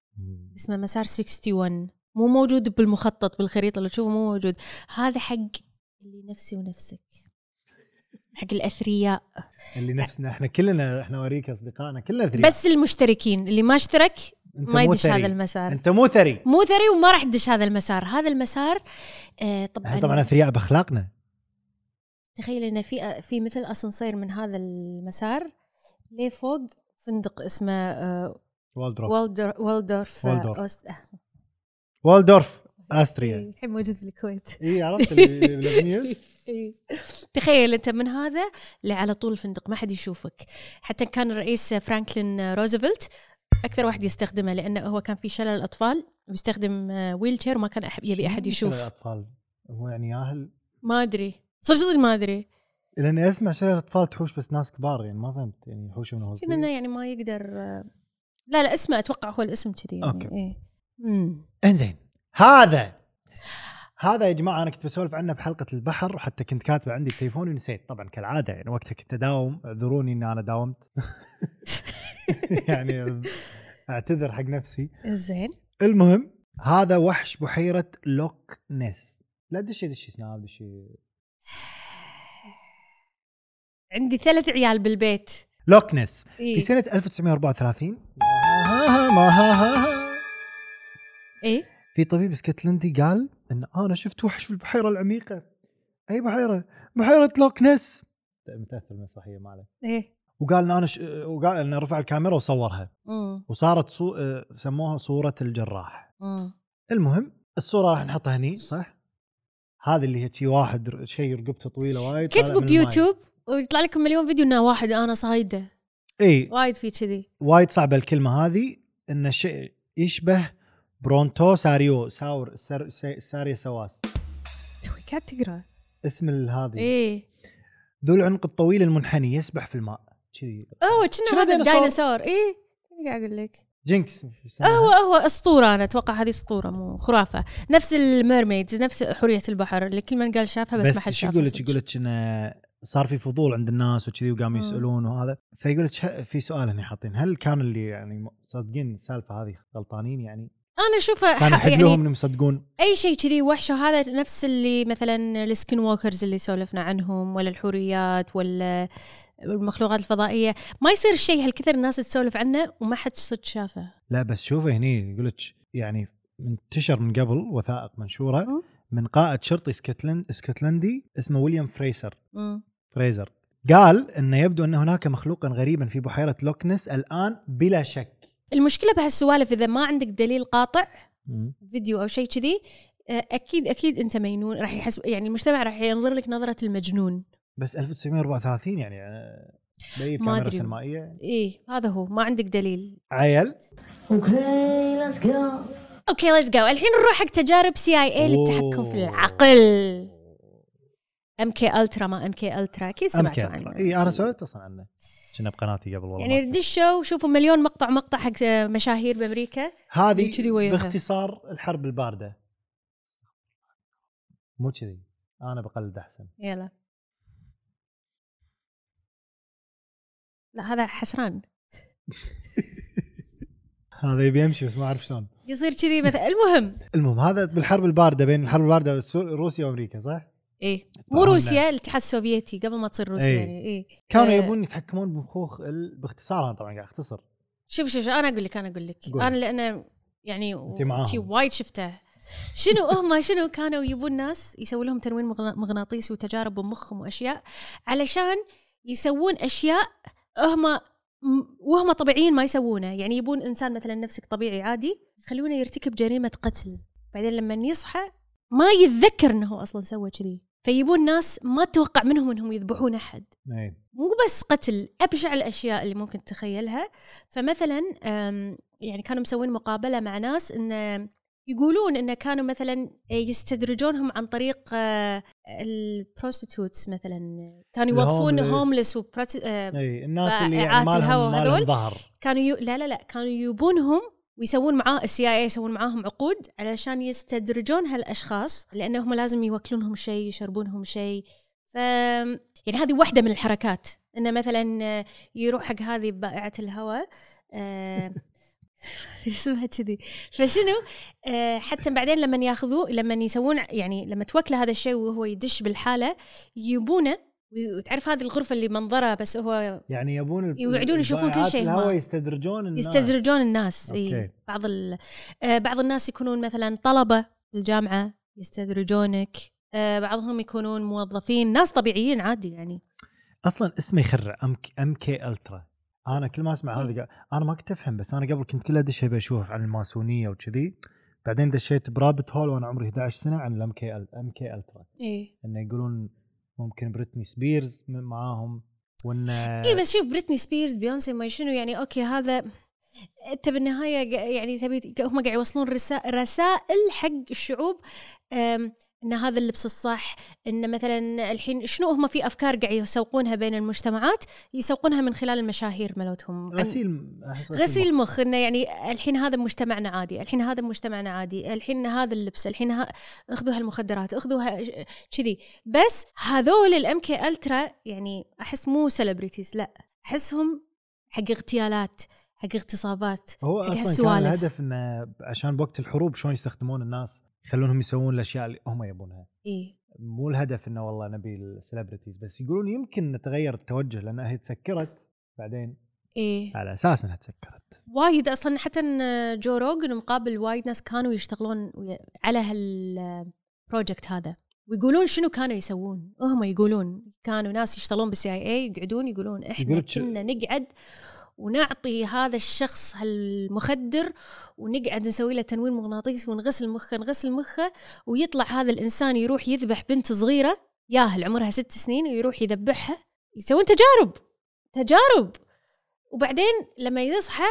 [SPEAKER 2] اسمه مسار 61 مو موجود بالمخطط بالخريطه اللي تشوفه مو موجود هذا حق اللي نفسي ونفسك حق الاثرياء
[SPEAKER 1] اللي نفسنا احنا كلنا احنا اوريك اصدقائنا كلنا ثري
[SPEAKER 2] بس المشتركين اللي ما اشترك
[SPEAKER 1] انت
[SPEAKER 2] ما
[SPEAKER 1] مو
[SPEAKER 2] يدش
[SPEAKER 1] ثري.
[SPEAKER 2] هذا المسار
[SPEAKER 1] انت مو ثري
[SPEAKER 2] مو ثري وما راح تدش هذا المسار هذا المسار آه
[SPEAKER 1] احنا
[SPEAKER 2] طبعا,
[SPEAKER 1] طبعا اثرياء باخلاقنا
[SPEAKER 2] تخيل انه في آه، في مثل اسانسير من هذا المسار لفوق فندق اسمه آه
[SPEAKER 1] والدورف
[SPEAKER 2] والدر والدورف
[SPEAKER 1] والدورف.
[SPEAKER 2] آه، أوست- آه،
[SPEAKER 1] والدورف استريا
[SPEAKER 2] الحين موجود في الكويت
[SPEAKER 1] اي عرفت اللي بالنيوز
[SPEAKER 2] إيه. تخيل انت من هذا لعلى طول الفندق ما حد يشوفك حتى كان الرئيس فرانكلين روزفلت اكثر واحد يستخدمه لانه هو كان في شلل اطفال ويستخدم آه، ويل تشير وما كان احب يبي احد يشوف
[SPEAKER 1] الاطفال هو يعني ياهل
[SPEAKER 2] ما ادري صدق صدق ما ادري
[SPEAKER 1] لان اسمع شلل الاطفال تحوش بس ناس كبار يعني ما فهمت يعني يحوش من هو
[SPEAKER 2] يمكن انه يعني ما يقدر آه، لا لا اسمه اتوقع هو الاسم كذي يعني
[SPEAKER 1] أوكي.
[SPEAKER 2] إيه. مم.
[SPEAKER 1] انزين هذا هذا يا جماعه انا كنت بسولف عنه بحلقه البحر وحتى كنت كاتبه عندي بتليفوني ونسيت طبعا كالعاده يعني وقتها كنت اداوم اعذروني اني انا داومت يعني اعتذر حق نفسي
[SPEAKER 2] زين
[SPEAKER 1] المهم هذا وحش بحيره لوك نس لا دشي دشي سناب دشي
[SPEAKER 2] عندي ثلاث عيال بالبيت
[SPEAKER 1] لوك نس
[SPEAKER 2] اي
[SPEAKER 1] في سنه 1934 آه، ما ها ها.
[SPEAKER 2] اي
[SPEAKER 1] في طبيب اسكتلندي قال ان انا شفت وحش في البحيره العميقه اي بحيره بحيره لوك نس متاثر المسرحيه ما عليه
[SPEAKER 2] اي
[SPEAKER 1] وقال ان انا ش... وقال انه رفع الكاميرا وصورها
[SPEAKER 2] مم.
[SPEAKER 1] وصارت صو... آه، سموها صوره الجراح
[SPEAKER 2] مم.
[SPEAKER 1] المهم الصوره راح نحطها هني صح هذه اللي هي شي واحد ر- شي رقبته طويله وايد طالع
[SPEAKER 2] كتبوا
[SPEAKER 1] من الماي.
[SPEAKER 2] بيوتيوب ويطلع لكم مليون فيديو انه واحد انا صايده
[SPEAKER 1] اي
[SPEAKER 2] وايد في كذي
[SPEAKER 1] وايد صعبه الكلمه هذه انه شيء يشبه برونتو ساريو ساور سار... سي- ساريا سواس
[SPEAKER 2] توي قاعد تقرا
[SPEAKER 1] اسم ال- هذه
[SPEAKER 2] اي
[SPEAKER 1] ذو العنق الطويل المنحني يسبح في الماء كذي
[SPEAKER 2] هو
[SPEAKER 1] شنو
[SPEAKER 2] كنا هذا
[SPEAKER 1] ديناصور؟
[SPEAKER 2] الديناصور اي قاعد اقول لك
[SPEAKER 1] جينكس
[SPEAKER 2] أه، هو هو اسطوره انا اتوقع هذه اسطوره مو خرافه نفس الميرميدز نفس حوريه البحر اللي كل من قال شافها بس, ما
[SPEAKER 1] بس
[SPEAKER 2] حد
[SPEAKER 1] شو
[SPEAKER 2] شافها
[SPEAKER 1] يقول لك يقول لك انه صار في فضول عند الناس وكذي وقاموا
[SPEAKER 2] مم.
[SPEAKER 1] يسالون وهذا فيقول لك ه- في سؤال هنا حاطين هل كان اللي يعني صادقين السالفه هذه غلطانين يعني
[SPEAKER 2] انا اشوفه
[SPEAKER 1] كان
[SPEAKER 2] ح-
[SPEAKER 1] يحب
[SPEAKER 2] يعني
[SPEAKER 1] لهم انهم يصدقون
[SPEAKER 2] اي شيء كذي وحش هذا نفس اللي مثلا السكن ووكرز اللي سولفنا عنهم ولا الحوريات ولا المخلوقات الفضائيه ما يصير شيء هالكثر الناس تسولف عنه وما حد صدق شافه
[SPEAKER 1] لا بس شوفه هني يقول لك يعني انتشر من قبل وثائق منشوره
[SPEAKER 2] مم.
[SPEAKER 1] من قائد شرطي اسكتلند اسكتلندي اسمه ويليام فريسر
[SPEAKER 2] مم.
[SPEAKER 1] فريزر قال انه يبدو ان هناك مخلوقا غريبا في بحيره لوكنس الان بلا شك
[SPEAKER 2] المشكله بهالسوالف اذا ما عندك دليل قاطع
[SPEAKER 1] مم.
[SPEAKER 2] فيديو او شيء كذي آه، اكيد اكيد انت مجنون راح يحس يعني المجتمع راح ينظر لك نظره المجنون
[SPEAKER 1] بس 1934 يعني آه، بي
[SPEAKER 2] ما
[SPEAKER 1] بكاميرا
[SPEAKER 2] أدري.
[SPEAKER 1] سينمائيه
[SPEAKER 2] ايه هذا هو ما عندك دليل
[SPEAKER 1] عيل
[SPEAKER 3] Okay, let's go.
[SPEAKER 2] اوكي ليتس جو الحين نروح حق تجارب سي اي اي للتحكم إيه في
[SPEAKER 1] أوه.
[SPEAKER 2] العقل ام كي الترا ما ام كي الترا اكيد سمعتوا
[SPEAKER 1] أمكن.
[SPEAKER 2] عنه
[SPEAKER 1] اي انا إيه، سولفت اصلا عنه كنا بقناتي قبل والله
[SPEAKER 2] يعني
[SPEAKER 1] ما
[SPEAKER 2] دشوا وشوفوا مليون مقطع مقطع حق آه، مشاهير بامريكا
[SPEAKER 1] هذه
[SPEAKER 2] كذي وياها.
[SPEAKER 1] باختصار الحرب البارده مو كذي انا بقلد احسن
[SPEAKER 2] يلا لا هذا حسران
[SPEAKER 1] هذا يبي يمشي بس ما اعرف شلون
[SPEAKER 2] يصير كذي مثلا المهم
[SPEAKER 1] المهم هذا بالحرب البارده بين الحرب البارده والسو- روسيا وامريكا صح؟
[SPEAKER 2] ايه
[SPEAKER 1] طبعاً
[SPEAKER 2] مو
[SPEAKER 1] لا.
[SPEAKER 2] روسيا الاتحاد السوفيتي قبل ما تصير روسيا
[SPEAKER 1] إيه.
[SPEAKER 2] يعني ايه
[SPEAKER 1] كانوا
[SPEAKER 2] آه،
[SPEAKER 1] يبون يتحكمون بمخوخ ال... باختصار انا طبعا قاعد اختصر
[SPEAKER 2] شوف شوف شوف، انا اقول لك انا اقول لك
[SPEAKER 1] قول.
[SPEAKER 2] انا لان يعني و-
[SPEAKER 1] أنت معاهم.
[SPEAKER 2] شي وايد شفته شنو هم شنو كانوا يبون ناس يسوي لهم تنويم مغنا- مغناطيسي وتجارب بمخهم واشياء علشان يسوون اشياء هم م- وهم طبيعيين ما يسوونه يعني يبون انسان مثلا نفسك طبيعي عادي يخلونه يرتكب جريمه قتل بعدين لما يصحى ما يتذكر انه هو اصلا سوى كذي فيبون ناس ما تتوقع منهم انهم يذبحون احد
[SPEAKER 1] اي
[SPEAKER 2] مو بس قتل ابشع الاشياء اللي ممكن تتخيلها فمثلا أم، يعني كانوا مسوين مقابله مع ناس ان يقولون ان كانوا مثلا يستدرجونهم عن طريق آه، البروستيتوتس مثلا كانوا يوظفون
[SPEAKER 1] الهوملس.
[SPEAKER 2] هوملس آه،
[SPEAKER 1] اي الناس اللي
[SPEAKER 2] رائعات
[SPEAKER 1] يعني ما لهم
[SPEAKER 2] الهوى
[SPEAKER 1] ما لهم
[SPEAKER 2] هذول.
[SPEAKER 1] ظهر
[SPEAKER 2] كانوا يو... لا لا لا كانوا يبونهم ويسوون معاه السي اي يسوون معاهم عقود علشان يستدرجون هالاشخاص لانهم لازم يوكلونهم شيء يشربونهم شيء ف يعني هذه واحده من الحركات انه مثلا آه، يروح حق هذه بائعه الهواء آه، اسمها كذي فشنو آه، حتى بعدين لما ياخذوه لما يسوون يعني لما توكله هذا الشيء وهو يدش بالحاله يبونه وتعرف هذه الغرفه اللي منظره بس هو
[SPEAKER 1] يعني يبون ال-
[SPEAKER 2] يقعدون يشوفون كل شيء
[SPEAKER 1] البائعات الهوى
[SPEAKER 2] ما-
[SPEAKER 1] يستدرجون الناس
[SPEAKER 2] يستدرجون الناس اي
[SPEAKER 1] أوكي.
[SPEAKER 2] بعض ال... آه، بعض الناس يكونون مثلا طلبه بالجامعه يستدرجونك آه، بعضهم يكونون موظفين ناس طبيعيين عادي يعني
[SPEAKER 1] اصلا اسمه يخرع ام ام كي الترا انا كل ما اسمع هذا
[SPEAKER 2] إيه.
[SPEAKER 1] قا- انا ما كنت افهم بس انا قبل كنت كل ادش ابي اشوف عن الماسونيه وكذي بعدين دشيت برابط هول وانا عمري 11 سنه عن الام كي ام كي الترا
[SPEAKER 2] اي
[SPEAKER 1] انه يقولون ممكن بريتني سبيرز م- معاهم وان
[SPEAKER 2] إيه، اي بس شوف بريتني سبيرز بيونسي ما شنو يعني اوكي هذا انت بالنهايه قا- يعني تبي هم قاعد يوصلون رسا- رسائل حق الشعوب أم، ان هذا اللبس الصح ان مثلا الحين شنو هم في افكار قاعد يسوقونها بين المجتمعات يسوقونها من خلال المشاهير مالتهم عن-
[SPEAKER 1] غسيل أحس
[SPEAKER 2] يعني غسيل مخ انه يعني الحين هذا مجتمعنا عادي الحين هذا مجتمعنا عادي الحين هذا اللبس الحين ها اخذوا هالمخدرات اخذوا ها- كذي بس هذول الام كي الترا يعني احس مو سيلبرتيز لا احسهم حق اغتيالات حق اغتصابات
[SPEAKER 1] هو
[SPEAKER 2] حق
[SPEAKER 1] اصلا
[SPEAKER 2] يعني هالسوالف.
[SPEAKER 1] كان الهدف انه عشان وقت الحروب شلون يستخدمون الناس يخلونهم يسوون الاشياء اللي هم يبونها
[SPEAKER 2] اي
[SPEAKER 1] مو الهدف انه والله نبي السليبرتيز بس يقولون يمكن نتغير التوجه لانها هي تسكرت بعدين
[SPEAKER 2] اي
[SPEAKER 1] على اساس انها تسكرت
[SPEAKER 2] وايد اصلا حتى إن جو روجن مقابل وايد ناس كانوا يشتغلون ويا- على هالبروجكت هذا ويقولون شنو كانوا يسوون هم يقولون كانوا ناس يشتغلون بالسي اي اي يقعدون يقولون احنا
[SPEAKER 1] يقولك-
[SPEAKER 2] كنا نقعد ونعطي هذا الشخص هالمخدر ونقعد نسوي له تنويم مغناطيسي ونغسل مخه نغسل مخه ويطلع هذا الانسان يروح يذبح بنت صغيره ياهل عمرها ست سنين ويروح يذبحها يسوون تجارب تجارب وبعدين لما يصحى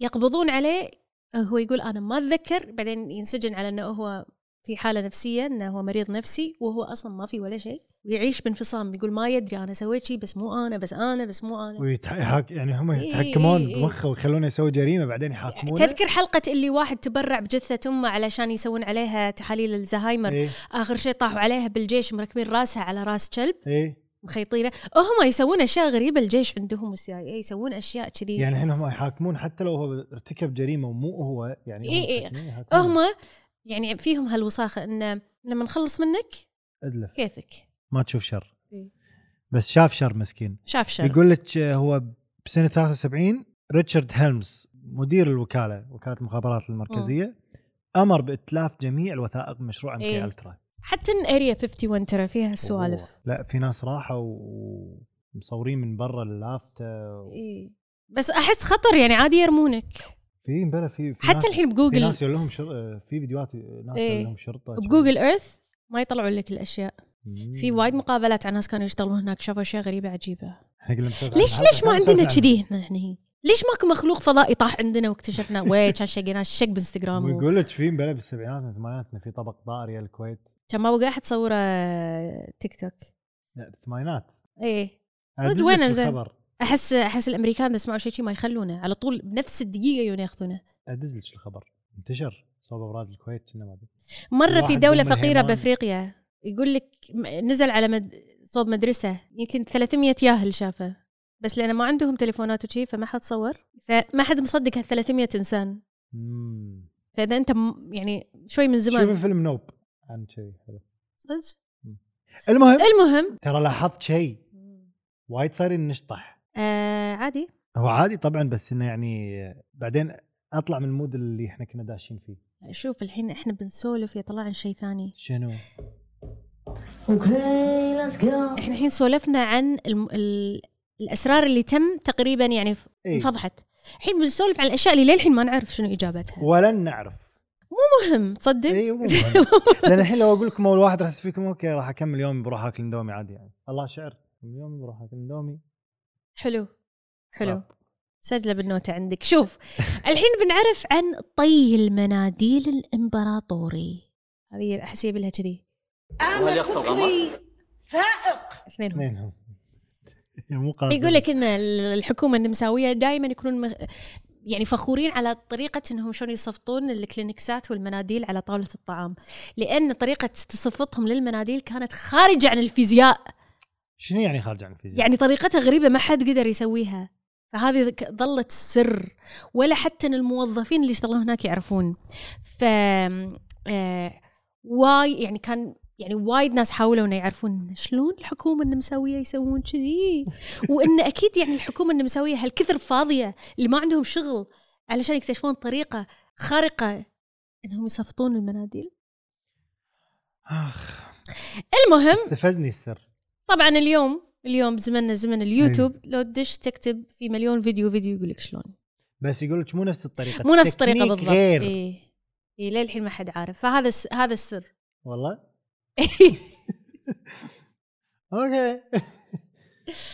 [SPEAKER 2] يقبضون عليه هو يقول انا ما اتذكر بعدين ينسجن على انه هو في حاله نفسيه انه هو مريض نفسي وهو اصلا ما في ولا شيء ويعيش بانفصام يقول ما يدري انا سويت شيء بس مو انا بس انا بس مو انا
[SPEAKER 1] ويتحك يعني هم
[SPEAKER 2] إي- إي-
[SPEAKER 1] يتحكمون
[SPEAKER 2] إي.
[SPEAKER 1] بمخه ويخلونه يسوي جريمه بعدين يحاكمونه
[SPEAKER 2] إيه، تذكر حلقة اللي واحد تبرع بجثة أمه علشان يسوون عليها تحاليل الزهايمر
[SPEAKER 1] اي
[SPEAKER 2] آخر شيء طاحوا عليها بالجيش مركبين راسها على راس كلب
[SPEAKER 1] اي
[SPEAKER 2] إيه. مخيطينه هم يسوون أشياء غريبة الجيش عندهم والسي اي يسوون أشياء كذي
[SPEAKER 1] يعني الحين هم يحاكمون حتى لو هو ارتكب جريمه ومو هو يعني هم
[SPEAKER 2] إي- إي.
[SPEAKER 1] محاكمين، يحاكمونه.
[SPEAKER 2] إيه، هم يعني فيهم هالوساخة إنه لما نخلص منك
[SPEAKER 1] ادلف
[SPEAKER 2] كيفك
[SPEAKER 1] ما تشوف شر
[SPEAKER 2] إي.
[SPEAKER 1] بس شاف شر مسكين
[SPEAKER 2] شاف شر
[SPEAKER 1] يقول لك آه، هو بسنه 73 ريتشارد هيلمز مدير الوكاله وكاله المخابرات المركزيه امر باتلاف جميع الوثائق من مشروع ام
[SPEAKER 2] إيه.
[SPEAKER 1] كي الترا
[SPEAKER 2] حتى ان اريا 51 ترى فيها السوالف
[SPEAKER 1] أوه. لا في ناس راحوا ومصورين من برا اللافتة و-
[SPEAKER 2] إيه. بس احس خطر يعني عادي يرمونك
[SPEAKER 1] في بلا في, في ناس-
[SPEAKER 2] حتى الحين
[SPEAKER 1] في
[SPEAKER 2] بجوجل
[SPEAKER 1] ناس يقول لهم شر... آه، في فيديوهات ناس
[SPEAKER 2] إيه.
[SPEAKER 1] يقول لهم شرطه
[SPEAKER 2] بجوجل ايرث ما يطلعون لك الاشياء
[SPEAKER 1] مم.
[SPEAKER 2] في وايد مقابلات عن ناس كانوا يشتغلون هناك شافوا اشياء غريبه عجيبه
[SPEAKER 1] إحنا قلنا مسافة عن
[SPEAKER 2] ليش
[SPEAKER 1] هذا،
[SPEAKER 2] ليش ما
[SPEAKER 1] مسافة
[SPEAKER 2] عندنا
[SPEAKER 1] عن-
[SPEAKER 2] كذي هنا هني ليش ماكو مخلوق فضائي طاح عندنا واكتشفنا وي كان شقيناه الشق بانستغرام و-
[SPEAKER 1] ويقول لك في بلا بالسبعينات والثمانينات في طبق طائر يا الكويت
[SPEAKER 2] كان ما وقع احد صوره آه، تيك توك
[SPEAKER 1] لا الثمانينات
[SPEAKER 2] ايه
[SPEAKER 1] أنا
[SPEAKER 2] صدق
[SPEAKER 1] أدز
[SPEAKER 2] وين
[SPEAKER 1] لك
[SPEAKER 2] أنزل؟
[SPEAKER 1] الخبر
[SPEAKER 2] احس احس الامريكان اذا سمعوا شيء شي ما يخلونه على طول بنفس الدقيقه يجون ياخذونه
[SPEAKER 1] ادز لك الخبر انتشر صوب ابراج الكويت كنا ما ادري
[SPEAKER 2] مره في
[SPEAKER 1] واحد
[SPEAKER 2] دوله
[SPEAKER 1] يوم من
[SPEAKER 2] فقيره
[SPEAKER 1] الهيمان.
[SPEAKER 2] بافريقيا يقول لك م- نزل على مد... صوب مدرسه يمكن 300 ياهل شافه بس لان ما عندهم تليفونات وشي فما حد صور فما حد مصدق هال 300 انسان
[SPEAKER 1] مم.
[SPEAKER 2] فاذا انت م... يعني شوي من
[SPEAKER 1] شوف
[SPEAKER 2] زمان
[SPEAKER 1] فيلم نوب عن كذي حلو
[SPEAKER 2] صدق؟
[SPEAKER 1] المهم
[SPEAKER 2] المهم
[SPEAKER 1] ترى لاحظت شيء وايد صايرين نشطح
[SPEAKER 2] آه عادي
[SPEAKER 1] هو عادي طبعا بس انه يعني بعدين اطلع من المود اللي احنا كنا داشين فيه
[SPEAKER 2] شوف الحين احنا بنسولف يطلع عن شيء ثاني
[SPEAKER 1] شنو؟
[SPEAKER 3] Okay, let's go.
[SPEAKER 2] احنا الحين سولفنا عن الم... ال... الاسرار اللي تم تقريبا يعني ف-
[SPEAKER 1] إيه.
[SPEAKER 2] انفضحت الحين بنسولف عن الاشياء اللي للحين ما نعرف شنو اجابتها
[SPEAKER 1] ولن نعرف
[SPEAKER 2] مهم تصدق
[SPEAKER 1] اي إيه، مو لان الحين لو اقول لكم اول واحد راح يحس فيكم اوكي راح اكمل يومي بروح اكل اندومي عادي يعني الله شعر اليوم بروح اكل اندومي طيب.
[SPEAKER 2] حلو حلو
[SPEAKER 1] طب.
[SPEAKER 2] سجله بالنوتة عندك شوف الحين بنعرف عن طي المناديل الإمبراطوري هذه أحس يبلها كذي
[SPEAKER 5] وهل يخفى الغمر؟
[SPEAKER 2] اثنينهم
[SPEAKER 1] اثنينهم يعني مو قاصد
[SPEAKER 2] يقول لك ان ال- الحكومه النمساويه دائما يكونون مغ... يعني فخورين على طريقه انهم شلون يصفطون الكلينكسات والمناديل على طاوله الطعام لان طريقه تصفطهم للمناديل كانت خارجه عن الفيزياء
[SPEAKER 1] شنو يعني خارج عن الفيزياء؟
[SPEAKER 2] يعني طريقتها غريبة ما حد قدر يسويها فهذه ك- ظلت سر ولا حتى إن الموظفين اللي يشتغلون هناك يعرفون ف آه، واي يعني كان يعني وايد ناس حاولوا انه يعرفون إن شلون الحكومه النمساويه يسوون كذي وان اكيد يعني الحكومه النمساويه هالكثر فاضيه اللي ما عندهم شغل علشان يكتشفون طريقه خارقه انهم يصفطون المناديل
[SPEAKER 1] اخ
[SPEAKER 2] المهم
[SPEAKER 1] استفزني السر
[SPEAKER 2] طبعا اليوم اليوم زمننا زمن اليوتيوب لو تدش تكتب في مليون فيديو فيديو يقول لك شلون
[SPEAKER 1] بس يقول لك مو نفس الطريقه
[SPEAKER 2] مو نفس الطريقه
[SPEAKER 1] التكنيك
[SPEAKER 2] بالضبط
[SPEAKER 1] غير
[SPEAKER 2] اي إيه للحين ما حد عارف فهذا الس... هذا السر
[SPEAKER 1] والله اوكي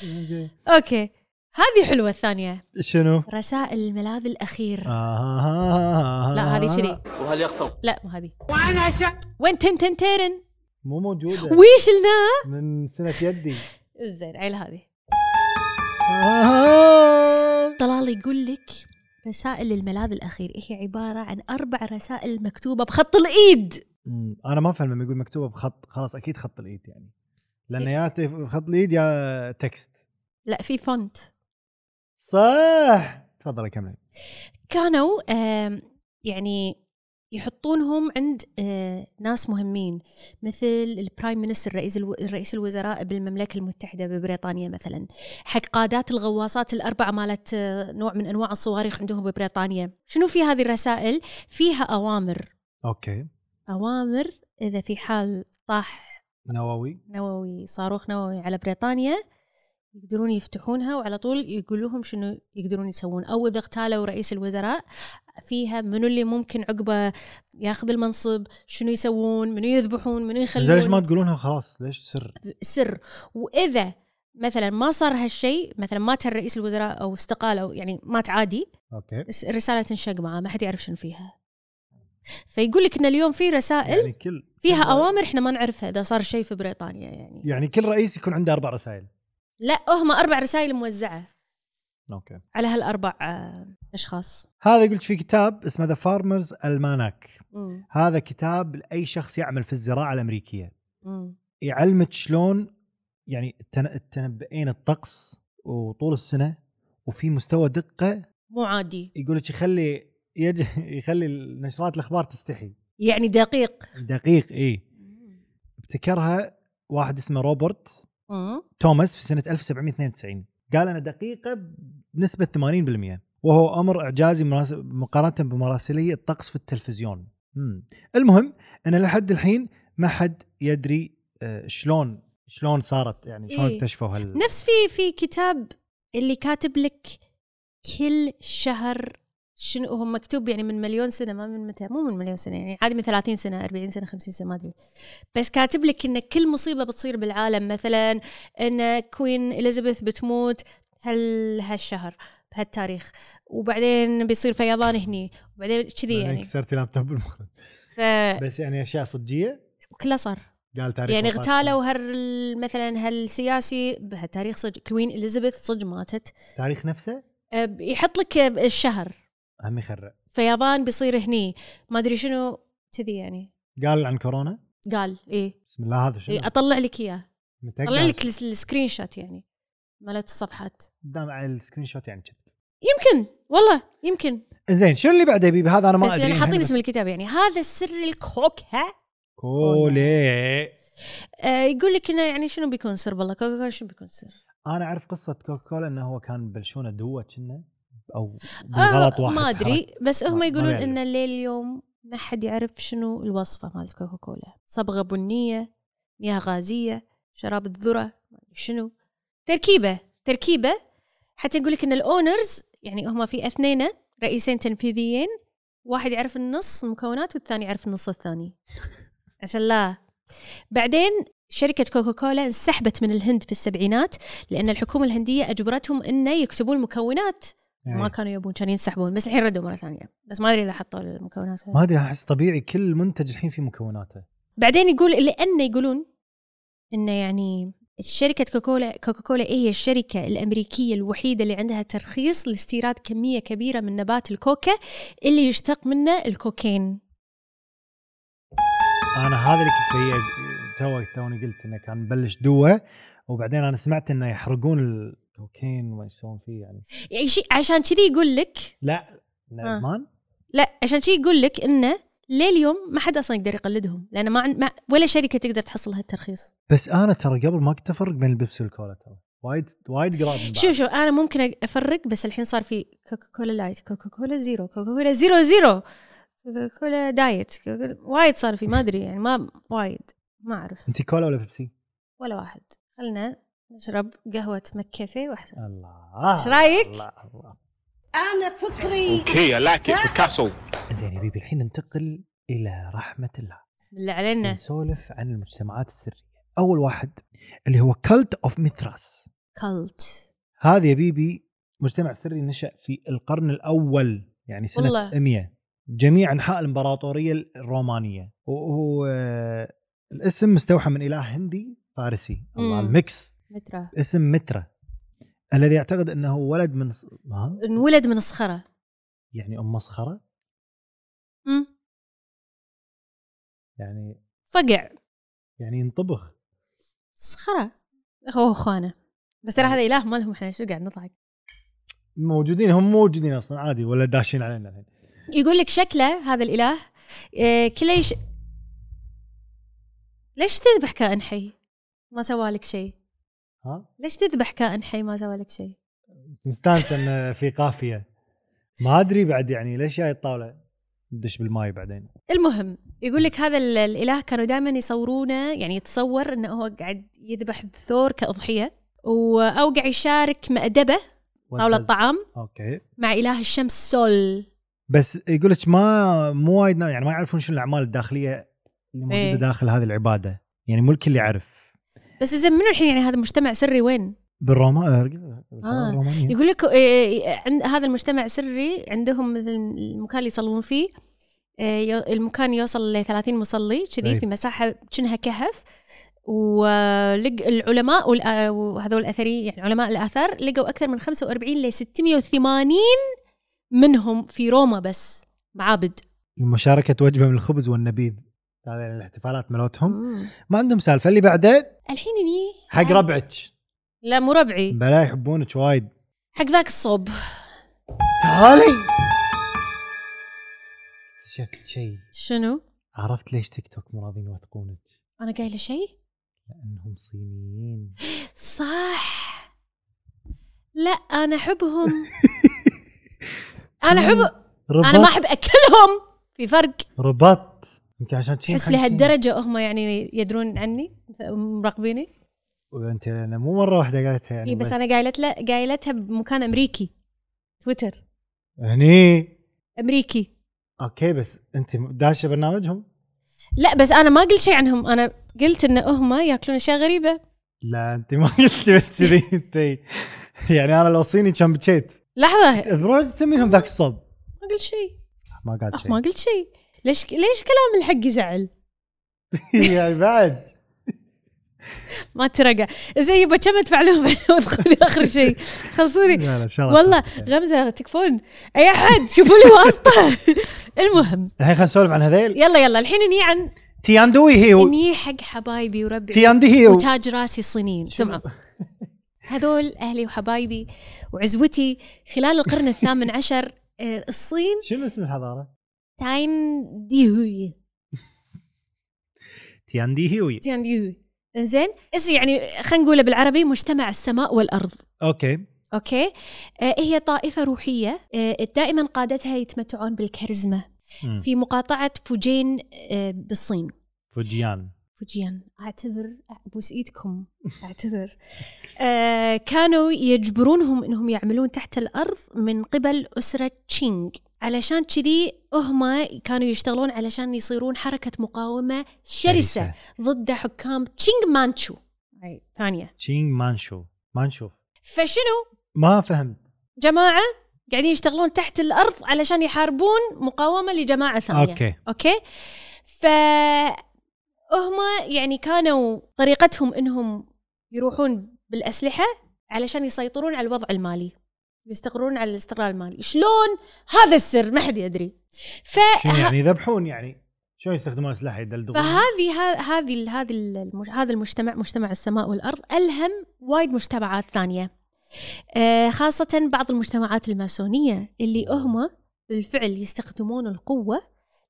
[SPEAKER 1] اوكي
[SPEAKER 2] اوكي هذه حلوه الثانيه
[SPEAKER 1] شنو؟
[SPEAKER 2] رسائل الملاذ الاخير
[SPEAKER 1] آه
[SPEAKER 2] لا هذه كذي
[SPEAKER 6] وهل يخفق
[SPEAKER 2] لا مو هذه
[SPEAKER 5] وانا شا...
[SPEAKER 2] وين تن تن تيرن
[SPEAKER 1] مو موجوده
[SPEAKER 2] ويشلنا
[SPEAKER 1] من سنه يدي
[SPEAKER 2] زين عيل هذه
[SPEAKER 1] آه.
[SPEAKER 2] طلال يقول لك رسائل الملاذ الاخير هي عباره عن اربع رسائل مكتوبه بخط الايد
[SPEAKER 1] مم، انا ما افهم لما يقول مكتوبه بخط خلاص اكيد خط الايد يعني لان
[SPEAKER 2] إيه.
[SPEAKER 1] يا تف- خط الايد يا تكست
[SPEAKER 2] لا في فونت
[SPEAKER 1] صح تفضل كمل
[SPEAKER 2] كانوا آم، يعني يحطونهم عند آه، ناس مهمين مثل البرايم مينستر رئيس الو- رئيس الوزراء بالمملكه المتحده ببريطانيا مثلا حق قادات الغواصات الاربعه مالت آه، نوع من انواع الصواريخ عندهم ببريطانيا شنو في هذه الرسائل فيها اوامر
[SPEAKER 1] اوكي
[SPEAKER 2] اوامر اذا في حال طاح
[SPEAKER 1] نووي
[SPEAKER 2] نووي صاروخ نووي على بريطانيا يقدرون يفتحونها وعلى طول يقول لهم شنو يقدرون يسوون او اذا اغتالوا رئيس الوزراء فيها منو اللي ممكن عقبه ياخذ المنصب شنو يسوون منو يذبحون منو
[SPEAKER 1] زين ليش ما
[SPEAKER 2] يخلون
[SPEAKER 1] تقولونها خلاص ليش سر
[SPEAKER 2] سر واذا مثلا ما صار هالشيء مثلا مات رئيس الوزراء او استقال او يعني مات عادي
[SPEAKER 1] اوكي
[SPEAKER 2] الس- الرساله تنشق معاه ما حد يعرف شنو فيها فيقول لك ان اليوم في رسائل
[SPEAKER 1] يعني كل
[SPEAKER 2] فيها
[SPEAKER 1] كل-
[SPEAKER 2] اوامر احنا ما نعرفها اذا صار شيء في بريطانيا يعني
[SPEAKER 1] يعني كل رئيس يكون عنده اربع رسائل
[SPEAKER 2] لا هم اربع رسائل موزعه
[SPEAKER 1] اوكي
[SPEAKER 2] على هالاربع آه، اشخاص
[SPEAKER 1] هذا قلت في كتاب اسمه ذا فارمرز الماناك هذا كتاب لاي شخص يعمل في الزراعه الامريكيه يعلمك شلون يعني التن- تنبئين الطقس وطول السنه وفي مستوى دقه
[SPEAKER 2] مو عادي
[SPEAKER 1] يقول لك يخلي يج... يخلي نشرات الاخبار تستحي
[SPEAKER 2] يعني دقيق
[SPEAKER 1] دقيق اي ابتكرها واحد اسمه روبرت
[SPEAKER 2] مم.
[SPEAKER 1] توماس في سنه 1792 قال انا دقيقه بنسبه 80% وهو امر اعجازي مناس- مقارنه بمراسلي الطقس في التلفزيون مم. المهم ان لحد الحين ما حد يدري آه، شلون شلون صارت يعني شلون
[SPEAKER 2] إيه.
[SPEAKER 1] اكتشفوا هال
[SPEAKER 2] نفس في في كتاب اللي كاتب لك كل شهر شنو هو مكتوب يعني من مليون سنه ما من متى مو من مليون سنه يعني عادي من 30 سنه 40 سنه 50 سنه ما ادري بس كاتب لك ان كل مصيبه بتصير بالعالم مثلا ان كوين اليزابيث بتموت هال هالشهر بهالتاريخ وبعدين بيصير فيضان هني وبعدين كذي
[SPEAKER 1] بعدين
[SPEAKER 2] يعني
[SPEAKER 1] كسرت لابتوب بالمخرج
[SPEAKER 2] فكله
[SPEAKER 1] بس يعني اشياء صجيه
[SPEAKER 2] صار
[SPEAKER 1] قال تاريخ
[SPEAKER 2] يعني
[SPEAKER 1] وفاة-
[SPEAKER 2] اغتالوا هال مثلا هالسياسي بهالتاريخ صدق كوين اليزابيث صدق ماتت
[SPEAKER 1] تاريخ نفسه
[SPEAKER 2] أب- آه، يحط لك أب- الشهر
[SPEAKER 1] هم يخرع
[SPEAKER 2] فيابان بيصير هني ما ادري شنو كذي يعني
[SPEAKER 1] قال عن كورونا
[SPEAKER 2] قال ايه
[SPEAKER 1] بسم الله هذا شنو
[SPEAKER 2] إيه، اطلع لك اياه
[SPEAKER 1] متى
[SPEAKER 2] اطلع
[SPEAKER 1] قال؟
[SPEAKER 2] لك الس- السكرين شوت يعني مالت الصفحات
[SPEAKER 1] دام على السكرين شوت يعني كذب
[SPEAKER 2] يمكن والله يمكن
[SPEAKER 1] زين شنو اللي بعده يا بيبي هذا انا ما
[SPEAKER 2] بس
[SPEAKER 1] ادري
[SPEAKER 2] يعني حاطين
[SPEAKER 1] بس-
[SPEAKER 2] اسم الكتاب يعني هذا السر الكوكا
[SPEAKER 1] كولي
[SPEAKER 2] آه يقول لك انه يعني شنو بيكون سر بالله كوكا كولا شنو بيكون سر؟
[SPEAKER 1] انا اعرف قصه كوكا كولا انه هو كان بلشونه دوه كنا او بالغلط
[SPEAKER 2] آه
[SPEAKER 1] واحد
[SPEAKER 2] ما ادري
[SPEAKER 1] حرك.
[SPEAKER 2] بس هم
[SPEAKER 1] ما- ما
[SPEAKER 2] يقولون
[SPEAKER 1] يعرف.
[SPEAKER 2] ان الليل اليوم ما حد يعرف شنو الوصفه مالت كوكا كولا صبغه بنيه مياه غازيه شراب الذره ما أدري شنو تركيبه تركيبه حتى يقول لك ان الاونرز يعني هم في اثنين رئيسين تنفيذيين واحد يعرف النص المكونات والثاني يعرف النص الثاني عشان لا بعدين شركة كوكاكولا انسحبت من الهند في السبعينات لأن الحكومة الهندية أجبرتهم أنه يكتبون المكونات
[SPEAKER 1] يعني
[SPEAKER 2] ما كانوا يبون كانوا ينسحبون بس الحين ردوا مره ثانيه بس ما ادري اذا حطوا المكونات ولا لا.
[SPEAKER 1] ما ادري احس طبيعي كل منتج الحين في مكوناته
[SPEAKER 2] بعدين يقول لانه يقولون انه يعني شركة كوكولا كوكاكولا إيه هي الشركة الأمريكية الوحيدة اللي عندها ترخيص لاستيراد كمية كبيرة من نبات الكوكا اللي يشتق منه الكوكين
[SPEAKER 1] انا هذا اللي كنت بي- تو توني قلت انه كان بلش دوه وبعدين انا سمعت انه يحرقون الكوكين وما يسوون فيه يعني
[SPEAKER 2] يعني شي عشان كذي يقول لك
[SPEAKER 1] لا
[SPEAKER 2] آه.
[SPEAKER 1] ندمان
[SPEAKER 2] لا عشان كذي يقول لك إنه لليوم ما حد أصلا يقدر يقلدهم لأن ما, عن- ما ولا شركة تقدر تحصل هالترخيص
[SPEAKER 1] بس انا ترى قبل ما كنت افرق بين البيبسي والكولا ترى وايد وايد قراب من بعض
[SPEAKER 2] شوف شوف انا ممكن افرق بس الحين صار في كوكا كولا لايت كوكا كولا زيرو كوكا كولا زيرو زيرو كوكا كولا دايت كوكا- وايد صار في ما ادري يعني ما وايد ما اعرف
[SPEAKER 1] انت كولا ولا بيبسي؟
[SPEAKER 2] ولا واحد خلنا نشرب قهوة مكافي واحسن
[SPEAKER 1] الله
[SPEAKER 2] إيش رأيك؟
[SPEAKER 1] آه، الله الله
[SPEAKER 5] انا فكري
[SPEAKER 4] Okay, I like it. Picasso.
[SPEAKER 1] زين يا بيبي الحين ننتقل الى رحمه الله
[SPEAKER 2] بسم الله علينا
[SPEAKER 1] نسولف عن المجتمعات السريه اول واحد اللي هو كالت اوف ميثراس
[SPEAKER 2] كلت
[SPEAKER 1] هذا يا بيبي مجتمع سري نشا في القرن الاول يعني سنه
[SPEAKER 2] والله.
[SPEAKER 1] والله. 100 بجميع انحاء الامبراطوريه الرومانيه وهو آه، الاسم مستوحى من اله هندي فارسي الله
[SPEAKER 2] مم.
[SPEAKER 1] المكس
[SPEAKER 2] مترا
[SPEAKER 1] اسم مترا الذي يعتقد انه ولد من ص... ها؟
[SPEAKER 2] انولد من صخره
[SPEAKER 1] يعني ام مسخره
[SPEAKER 2] مم.
[SPEAKER 1] يعني
[SPEAKER 2] فقع
[SPEAKER 1] يعني ينطبخ
[SPEAKER 2] صخره هو اخوانه بس ترى هذا اله مالهم احنا شو قاعد نضحك
[SPEAKER 1] موجودين هم موجودين اصلا عادي ولا داشين علينا الحين
[SPEAKER 2] يقول لك شكله هذا الاله آه، كله يش... ليش تذبح كائن حي ما سوى لك شيء
[SPEAKER 1] ها
[SPEAKER 2] ليش تذبح كائن حي ما سوى لك شيء
[SPEAKER 1] مستانس ان في قافيه ما ادري بعد يعني ليش جاي الطاوله ندش بالماي بعدين
[SPEAKER 2] المهم يقول لك هذا ال- الاله كانوا دائما يصورونه يعني يتصور انه هو قاعد يذبح بثور كاضحيه و... او قاعد يشارك مأدبه طاوله
[SPEAKER 1] والدز-
[SPEAKER 2] طعام
[SPEAKER 1] اوكي
[SPEAKER 2] مع اله الشمس سول
[SPEAKER 1] بس يقول لك ما مو وايد نا- يعني ما يعرفون شنو الاعمال الداخليه اللي موجوده
[SPEAKER 2] إيه.
[SPEAKER 1] ايه. داخل هذه العباده يعني مو الكل يعرف
[SPEAKER 2] بس زين منو الحين يعني هذا مجتمع سري وين؟
[SPEAKER 1] بالروما
[SPEAKER 2] آه.
[SPEAKER 1] آه. الرومانيه
[SPEAKER 2] يقول لك آه، عند هذا المجتمع سري عندهم مثل المكان اللي يصلون فيه آه، يو- المكان يوصل ل 30 مصلي كذي
[SPEAKER 1] أي.
[SPEAKER 2] في مساحه كأنها كهف والعلماء والأ- آه، وهذول الاثري يعني علماء الاثار لقوا اكثر من 45 ل 680 منهم في روما بس معابد
[SPEAKER 1] مشاركه وجبه من الخبز والنبيذ هذه الاحتفالات مالتهم
[SPEAKER 2] مم. آه.
[SPEAKER 1] ما عندهم سالفه اللي بعده
[SPEAKER 2] الحين ني
[SPEAKER 1] حق ربعك
[SPEAKER 2] لا مو ربعي
[SPEAKER 1] بلا يحبونك وايد
[SPEAKER 2] حق ذاك الصوب
[SPEAKER 1] تعالي اكتشفت شيء
[SPEAKER 2] شنو؟
[SPEAKER 1] عرفت ليش تيك توك مو راضيين يوثقونك
[SPEAKER 2] انا قايله شيء؟
[SPEAKER 1] لانهم صينيين
[SPEAKER 2] صح لا انا احبهم انا احب انا ما
[SPEAKER 1] ربط
[SPEAKER 2] احب اكلهم في فرق
[SPEAKER 1] ربط يمكن عشان شي
[SPEAKER 2] تحس
[SPEAKER 1] محل شي.
[SPEAKER 2] لهالدرجه هم يعني يدرون عني مراقبيني
[SPEAKER 1] وانت انا مو مره واحده قالتها يعني
[SPEAKER 2] اي بس انا قايلت لا قايلتها بمكان امريكي تويتر
[SPEAKER 1] هني
[SPEAKER 2] امريكي
[SPEAKER 1] اوكي بس انت داشه برنامجهم
[SPEAKER 2] لا بس انا ما قلت شيء عنهم انا قلت ان هم ياكلون اشياء غريبه
[SPEAKER 1] لا انت ما قلت بس كذي انت يعني انا لو صيني كان بكيت
[SPEAKER 2] لحظه
[SPEAKER 1] برو تسمينهم ذاك الصوب
[SPEAKER 2] ما قلت شيء
[SPEAKER 1] ما قالت
[SPEAKER 2] اخ ما
[SPEAKER 1] شيء
[SPEAKER 2] قلت شيء ليش ليش كلام الحق يزعل
[SPEAKER 1] يعني بعد
[SPEAKER 2] ما ترقع زي يبا كم ادفع لهم وادخل اخر شيء خلصوني
[SPEAKER 1] لا لا ان شاء الله
[SPEAKER 2] والله غمزه تكفون اي احد شوفوا لي واسطه المهم
[SPEAKER 1] الحين خلينا نسولف عن هذيل
[SPEAKER 2] يلا يلا الحين اني عن
[SPEAKER 1] تياندوي هي
[SPEAKER 2] اني حق حبايبي وربعي
[SPEAKER 1] تياندي هي
[SPEAKER 2] وتاج راسي صينيين سمعوا هذول اهلي وحبايبي وعزوتي خلال القرن الثامن عشر آه، الصين
[SPEAKER 1] شنو اسم الحضاره؟
[SPEAKER 2] تاين ديهوي
[SPEAKER 1] تياندي هيوي
[SPEAKER 2] تاين ديهوي زين اس- يعني خلينا نقوله بالعربي مجتمع السماء والارض
[SPEAKER 1] اوكي
[SPEAKER 2] اوكي آه، هي طائفه روحيه آه، دائما قادتها يتمتعون بالكاريزما
[SPEAKER 1] مم.
[SPEAKER 2] في مقاطعه فوجين آه، بالصين
[SPEAKER 1] فوجيان
[SPEAKER 2] فوجيان اعتذر ابوس ايدكم اعتذر آه، كانوا يجبرونهم انهم يعملون تحت الارض من قبل اسره تشينغ علشان كذي هم كانوا يشتغلون علشان يصيرون حركه مقاومه شرسه ضد حكام تشينغ مانشو أي، ثانيه
[SPEAKER 1] تشينغ مانشو مانشو
[SPEAKER 2] فشنو
[SPEAKER 1] ما فهمت
[SPEAKER 2] جماعه قاعدين يشتغلون تحت الارض علشان يحاربون مقاومه لجماعه ثانيه
[SPEAKER 1] اوكي
[SPEAKER 2] اوكي ف هم يعني كانوا طريقتهم انهم يروحون بالاسلحه علشان يسيطرون على الوضع المالي يستقرون على الاستقرار المالي شلون هذا السر ما حد يدري ف
[SPEAKER 1] شنو يعني يذبحون يعني شلون يستخدمون اسلحه يدلدقون
[SPEAKER 2] فهذه ها- هذه ال- هذه ال- هذا المجتمع مجتمع السماء والارض الهم وايد مجتمعات ثانيه آه، خاصه بعض المجتمعات الماسونيه اللي هم بالفعل يستخدمون القوه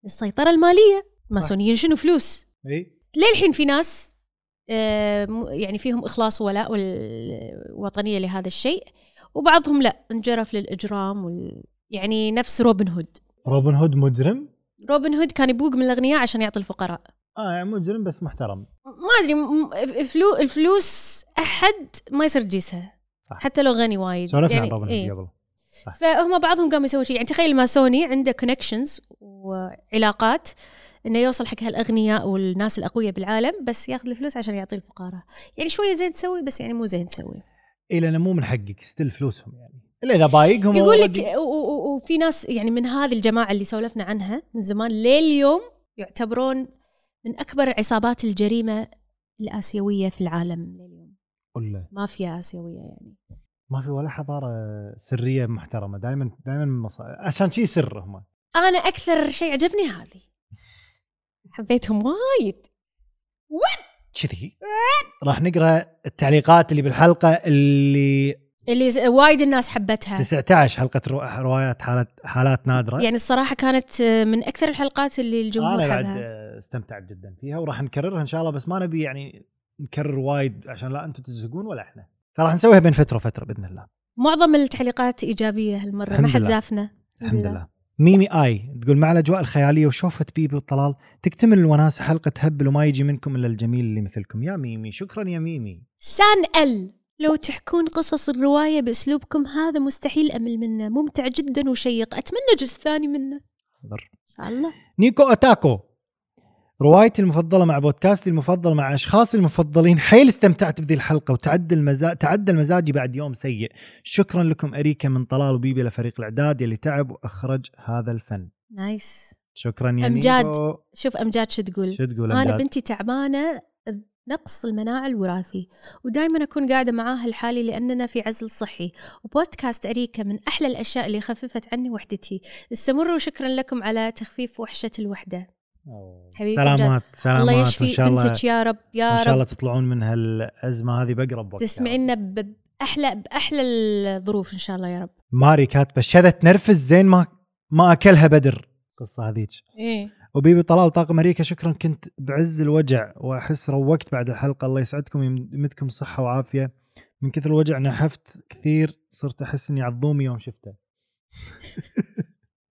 [SPEAKER 2] للسيطره الماليه ماسونيين شنو فلوس
[SPEAKER 1] اي
[SPEAKER 2] للحين في ناس آه، م- يعني فيهم اخلاص ولاء وال- وطنيه لهذا الشيء وبعضهم لا انجرف للاجرام وال... يعني نفس روبن هود
[SPEAKER 1] روبن هود مجرم
[SPEAKER 2] روبن هود كان يبوق من الاغنياء عشان يعطي الفقراء
[SPEAKER 1] اه يعني مجرم بس محترم
[SPEAKER 2] ما ادري م- م- فلو الفلوس احد ما يصير جيسها
[SPEAKER 1] صح.
[SPEAKER 2] حتى لو غني وايد
[SPEAKER 1] سولفنا عن روبن هود
[SPEAKER 2] إيه.
[SPEAKER 1] قبل
[SPEAKER 2] فهم بعضهم قاموا يسوون شيء يعني تخيل ماسوني عنده كونكشنز وعلاقات انه يوصل حق هالاغنياء والناس الاقوياء بالعالم بس ياخذ الفلوس عشان يعطي الفقراء يعني شويه زين تسوي بس يعني مو زين تسوي
[SPEAKER 1] اي لانه مو من حقك ستيل فلوسهم يعني الا اذا بايقهم
[SPEAKER 2] يقول
[SPEAKER 1] هو
[SPEAKER 2] لك
[SPEAKER 1] already.
[SPEAKER 2] و- و- و- وفي ناس يعني من هذه الجماعه اللي سولفنا عنها من زمان لليوم يعتبرون من اكبر عصابات الجريمه الاسيويه في العالم لليوم
[SPEAKER 1] ولا
[SPEAKER 2] ما فيها اسيويه يعني
[SPEAKER 1] ما في ولا حضاره سريه محترمه دائما دائما مص... عشان شي سر هم
[SPEAKER 2] انا اكثر شيء عجبني هذه حبيتهم وايد
[SPEAKER 1] كذي راح نقرا التعليقات اللي بالحلقه اللي
[SPEAKER 2] اللي ز- وايد الناس حبتها
[SPEAKER 1] 19 حلقه رو- روايات حالات حالات نادره
[SPEAKER 2] يعني الصراحه كانت آه، من اكثر الحلقات اللي الجمهور
[SPEAKER 1] انا بعد
[SPEAKER 2] حبها
[SPEAKER 1] آه، استمتعت جدا فيها وراح نكررها ان شاء الله بس ما نبي يعني نكرر وايد عشان لا انتم تزهقون ولا احنا فراح نسويها بين فتره وفتره باذن الله
[SPEAKER 2] معظم التعليقات ايجابيه هالمره ما
[SPEAKER 1] الحمد
[SPEAKER 2] حد
[SPEAKER 1] لله.
[SPEAKER 2] زافنا
[SPEAKER 1] الحمد لله ميمي اي تقول مع الاجواء الخياليه وشوفة بيبي وطلال تكتمل الوناسه حلقه هبل وما يجي منكم الا الجميل اللي مثلكم يا ميمي شكرا يا ميمي
[SPEAKER 2] سان ال لو تحكون قصص الرواية بأسلوبكم هذا مستحيل أمل منه ممتع جدا وشيق أتمنى جزء ثاني منه
[SPEAKER 1] حضر.
[SPEAKER 2] إن شاء الله
[SPEAKER 1] نيكو اتاكو روايتي المفضله مع بودكاستي المفضل مع اشخاصي المفضلين حيل استمتعت بذي الحلقه وتعدى المزاج تعدى المزاجي بعد يوم سيء شكرا لكم اريكا من طلال وبيبي لفريق الاعداد يلي تعب واخرج هذا الفن
[SPEAKER 2] نايس
[SPEAKER 1] شكرا يا
[SPEAKER 2] أمجاد.
[SPEAKER 1] نيكو
[SPEAKER 2] شوف أمجاد شو تقول
[SPEAKER 1] شو تقول
[SPEAKER 2] أنا
[SPEAKER 1] امجاد
[SPEAKER 2] بنتي تعبانة نقص المناعة الوراثي ودائما أكون قاعدة معاها لحالي لأننا في عزل صحي وبودكاست أريكا من أحلى الأشياء اللي خففت عني وحدتي استمروا وشكرا لكم على تخفيف وحشة الوحدة
[SPEAKER 1] أوه.
[SPEAKER 2] حبيبتي أمجاد.
[SPEAKER 1] سلامات سلامات
[SPEAKER 2] الله
[SPEAKER 1] وان
[SPEAKER 2] يشفي
[SPEAKER 1] شاء الله
[SPEAKER 2] بنتك يا رب يا
[SPEAKER 1] ان شاء
[SPEAKER 2] رب
[SPEAKER 1] الله تطلعون من هالازمه هذه باقرب وقت يا رب.
[SPEAKER 2] تسمعينا ب- باحلى باحلى الظروف ان شاء الله يا رب
[SPEAKER 1] ماري كاتبه شذت نرفز زين ما ما اكلها بدر القصه هذيك
[SPEAKER 2] ايه
[SPEAKER 1] وبيبي طلال طاقم امريكا شكرا كنت بعز الوجع واحس روقت بعد الحلقه الله يسعدكم ويمدكم صحه وعافيه من كثر الوجع نحفت كثير صرت احس اني عظومي يوم شفته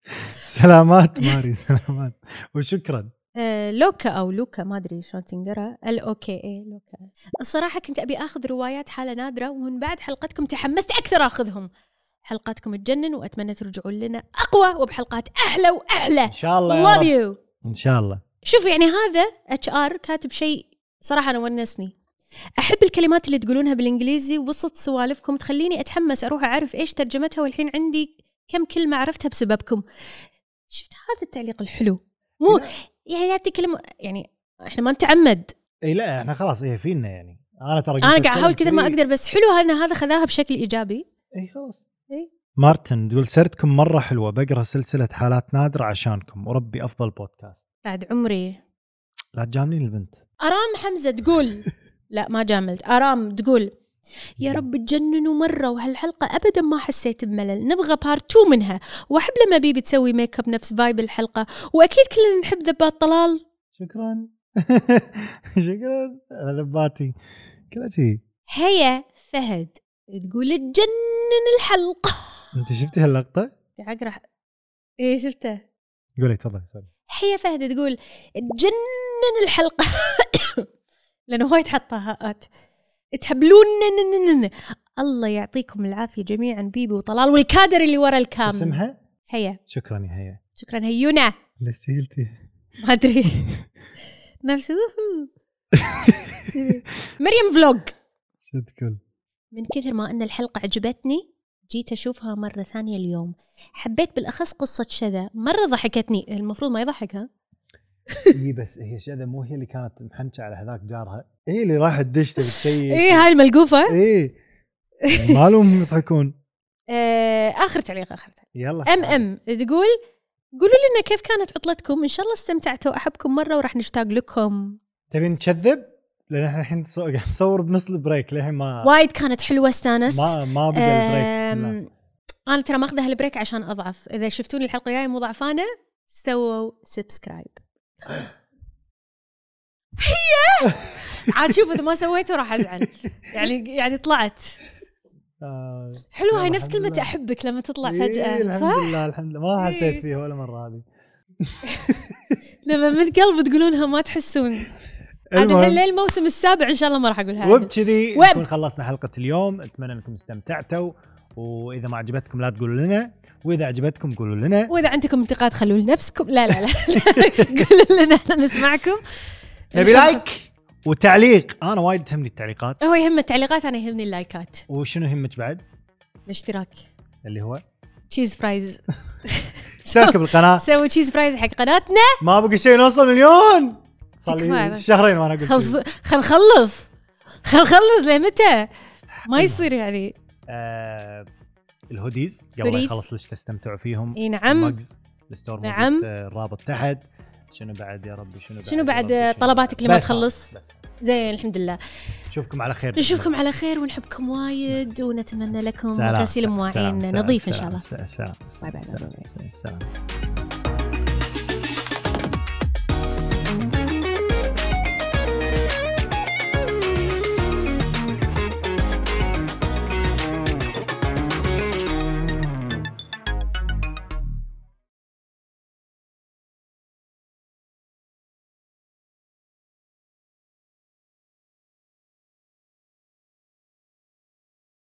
[SPEAKER 1] سلامات ماري سلامات وشكرا
[SPEAKER 2] آه، لوكا او لوكا ما ادري شلون تنقرا ال او كي اي لوكا الصراحه كنت ابي اخذ روايات حاله نادره ومن بعد حلقتكم تحمست اكثر اخذهم حلقاتكم تجنن واتمنى ترجعون لنا اقوى وبحلقات احلى واحلى
[SPEAKER 1] ان شاء الله يا
[SPEAKER 2] لاف
[SPEAKER 1] رب.
[SPEAKER 2] يو
[SPEAKER 1] ان شاء الله
[SPEAKER 2] شوف يعني هذا اتش ار كاتب شيء صراحه انا ونسني احب الكلمات اللي تقولونها بالانجليزي وسط سوالفكم تخليني اتحمس اروح اعرف ايش ترجمتها والحين عندي كم كلمه عرفتها بسببكم شفت هذا التعليق الحلو مو يعني لا تتكلم يعني احنا ما نتعمد
[SPEAKER 1] اي لا احنا خلاص هي فينا يعني انا ترى
[SPEAKER 2] انا قاعد احاول كثر ما اقدر بس حلو ان هذا خذاها بشكل ايجابي
[SPEAKER 1] اي خلاص
[SPEAKER 2] إي.
[SPEAKER 1] مارتن تقول سردكم مره حلوه بقرا سلسله حالات نادره عشانكم وربي افضل بودكاست
[SPEAKER 2] بعد عمري
[SPEAKER 1] لا تجاملين البنت
[SPEAKER 2] ارام حمزه تقول لا ما جاملت ارام تقول يا رب تجننوا مره وهالحلقه ابدا ما حسيت بملل نبغى بارت 2 منها واحب لما بيبي تسوي ميك اب نفس فايب الحلقه واكيد كلنا نحب ذبات طلال
[SPEAKER 1] شكرا شكرا على ذباتي كذا شيء
[SPEAKER 2] هيا فهد تقول تجنن الحلقه
[SPEAKER 1] انت شفتي هاللقطه؟
[SPEAKER 2] قاعد اقرا ايه شفته
[SPEAKER 1] قولي تفضل سوري
[SPEAKER 2] هيا فهد تقول تجنن الحلقة لأنه وايد حطها هات تهبلون نن- نن- نن. الله يعطيكم العافية جميعا بيبي وطلال والكادر اللي ورا الكام
[SPEAKER 1] اسمها؟
[SPEAKER 2] هيا
[SPEAKER 1] شكرا يا هيا
[SPEAKER 2] شكرا هيونا
[SPEAKER 1] ليش شيلتي؟
[SPEAKER 2] ما أدري نفس وهو. كذي. مريم فلوج
[SPEAKER 1] شو تقول؟
[SPEAKER 2] من كثر ما أن الحلقة عجبتني جيت أشوفها مرة ثانية اليوم حبيت بالأخص قصة شذا مرة ضحكتني المفروض ما يضحك ها
[SPEAKER 1] اي بس هي شذا مو هي اللي كانت محنشه على هذاك جارها اي اللي راح تدش تبي تشيك
[SPEAKER 2] إيه هاي الملقوفة
[SPEAKER 1] اي ما لهم يضحكون
[SPEAKER 2] آه، اخر تعليق اخر تعليق
[SPEAKER 1] يلا
[SPEAKER 2] ام ام تقول قولوا لنا كيف كانت عطلتكم ان شاء الله استمتعتوا احبكم مره وراح نشتاق لكم
[SPEAKER 1] تبي نكذب؟ لان احنا الحين نص- قاعد نصور بنص البريك للحين ما
[SPEAKER 2] وايد كانت حلوه استانس
[SPEAKER 1] ما ما بدا البريك بسم الله
[SPEAKER 2] أم، انا ترى ماخذه هالبريك عشان اضعف اذا شفتوني الحلقه الجايه مو ضعفانه سووا سبسكرايب هي عاد شوف اذا ما سويته راح ازعل يعني يعني طلعت
[SPEAKER 1] آه.
[SPEAKER 2] حلوه هاي
[SPEAKER 1] يلا،
[SPEAKER 2] نفس
[SPEAKER 1] الحمد
[SPEAKER 2] كلمه
[SPEAKER 1] لله.
[SPEAKER 2] احبك لما تطلع
[SPEAKER 1] إيه،
[SPEAKER 2] فجاه
[SPEAKER 1] الحمد
[SPEAKER 2] صح
[SPEAKER 1] لله الحمد لله ما
[SPEAKER 2] إيه.
[SPEAKER 1] حسيت فيها ولا مره هذه
[SPEAKER 2] لما من قلب تقولونها ما تحسون عاد الحين
[SPEAKER 1] المهم
[SPEAKER 2] للموسم السابع ان شاء الله ما راح اقولها عدل.
[SPEAKER 1] وبكذي
[SPEAKER 2] وب-
[SPEAKER 1] نكون خلصنا حلقه اليوم اتمنى انكم استمتعتوا واذا ما عجبتكم لا تقولوا لنا واذا عجبتكم قولوا لنا
[SPEAKER 2] واذا عندكم انتقاد خلوه لنفسكم لا لا لا قولوا لنا احنا نسمعكم
[SPEAKER 1] نبي لايك وتعليق انا وايد تهمني التعليقات
[SPEAKER 2] هو يهمه التعليقات انا يهمني اللايكات
[SPEAKER 1] وشنو يهمك بعد
[SPEAKER 2] الاشتراك
[SPEAKER 1] اللي هو
[SPEAKER 2] تشيز فرايز
[SPEAKER 1] اشترك بالقناه
[SPEAKER 2] سوي تشيز فرايز حق قناتنا
[SPEAKER 1] ما بقي شيء نوصل مليون صار
[SPEAKER 2] تكفى.
[SPEAKER 1] لي شهرين وانا اقول
[SPEAKER 2] خلص
[SPEAKER 1] كذي.
[SPEAKER 2] خل نخلص خل نخلص لمتى ما يصير يعني
[SPEAKER 1] آه الهوديز قبل لا
[SPEAKER 2] هوديز.
[SPEAKER 1] يخلص ليش تستمتعوا فيهم
[SPEAKER 2] اي نعم
[SPEAKER 1] المجز الستور موجود
[SPEAKER 2] نعم.
[SPEAKER 1] نعم. الرابط تحت شنو بعد يا ربي شنو بعد
[SPEAKER 2] شنو
[SPEAKER 1] يا
[SPEAKER 2] بعد
[SPEAKER 1] ربي، شنو
[SPEAKER 2] طلباتك
[SPEAKER 1] بعد؟
[SPEAKER 2] لما
[SPEAKER 1] بس
[SPEAKER 2] تخلص؟
[SPEAKER 1] بس.
[SPEAKER 2] زين الحمد لله
[SPEAKER 1] نشوفكم على خير
[SPEAKER 2] نشوفكم على خير ونحبكم وايد ونتمنى لكم
[SPEAKER 1] سلام،
[SPEAKER 2] غسيل
[SPEAKER 1] سلام،
[SPEAKER 2] مواعين
[SPEAKER 1] سلام،
[SPEAKER 2] نظيف ان
[SPEAKER 1] سلام،
[SPEAKER 2] شاء الله
[SPEAKER 1] سلام سلام
[SPEAKER 2] باي باي، باي
[SPEAKER 1] سلام، سلام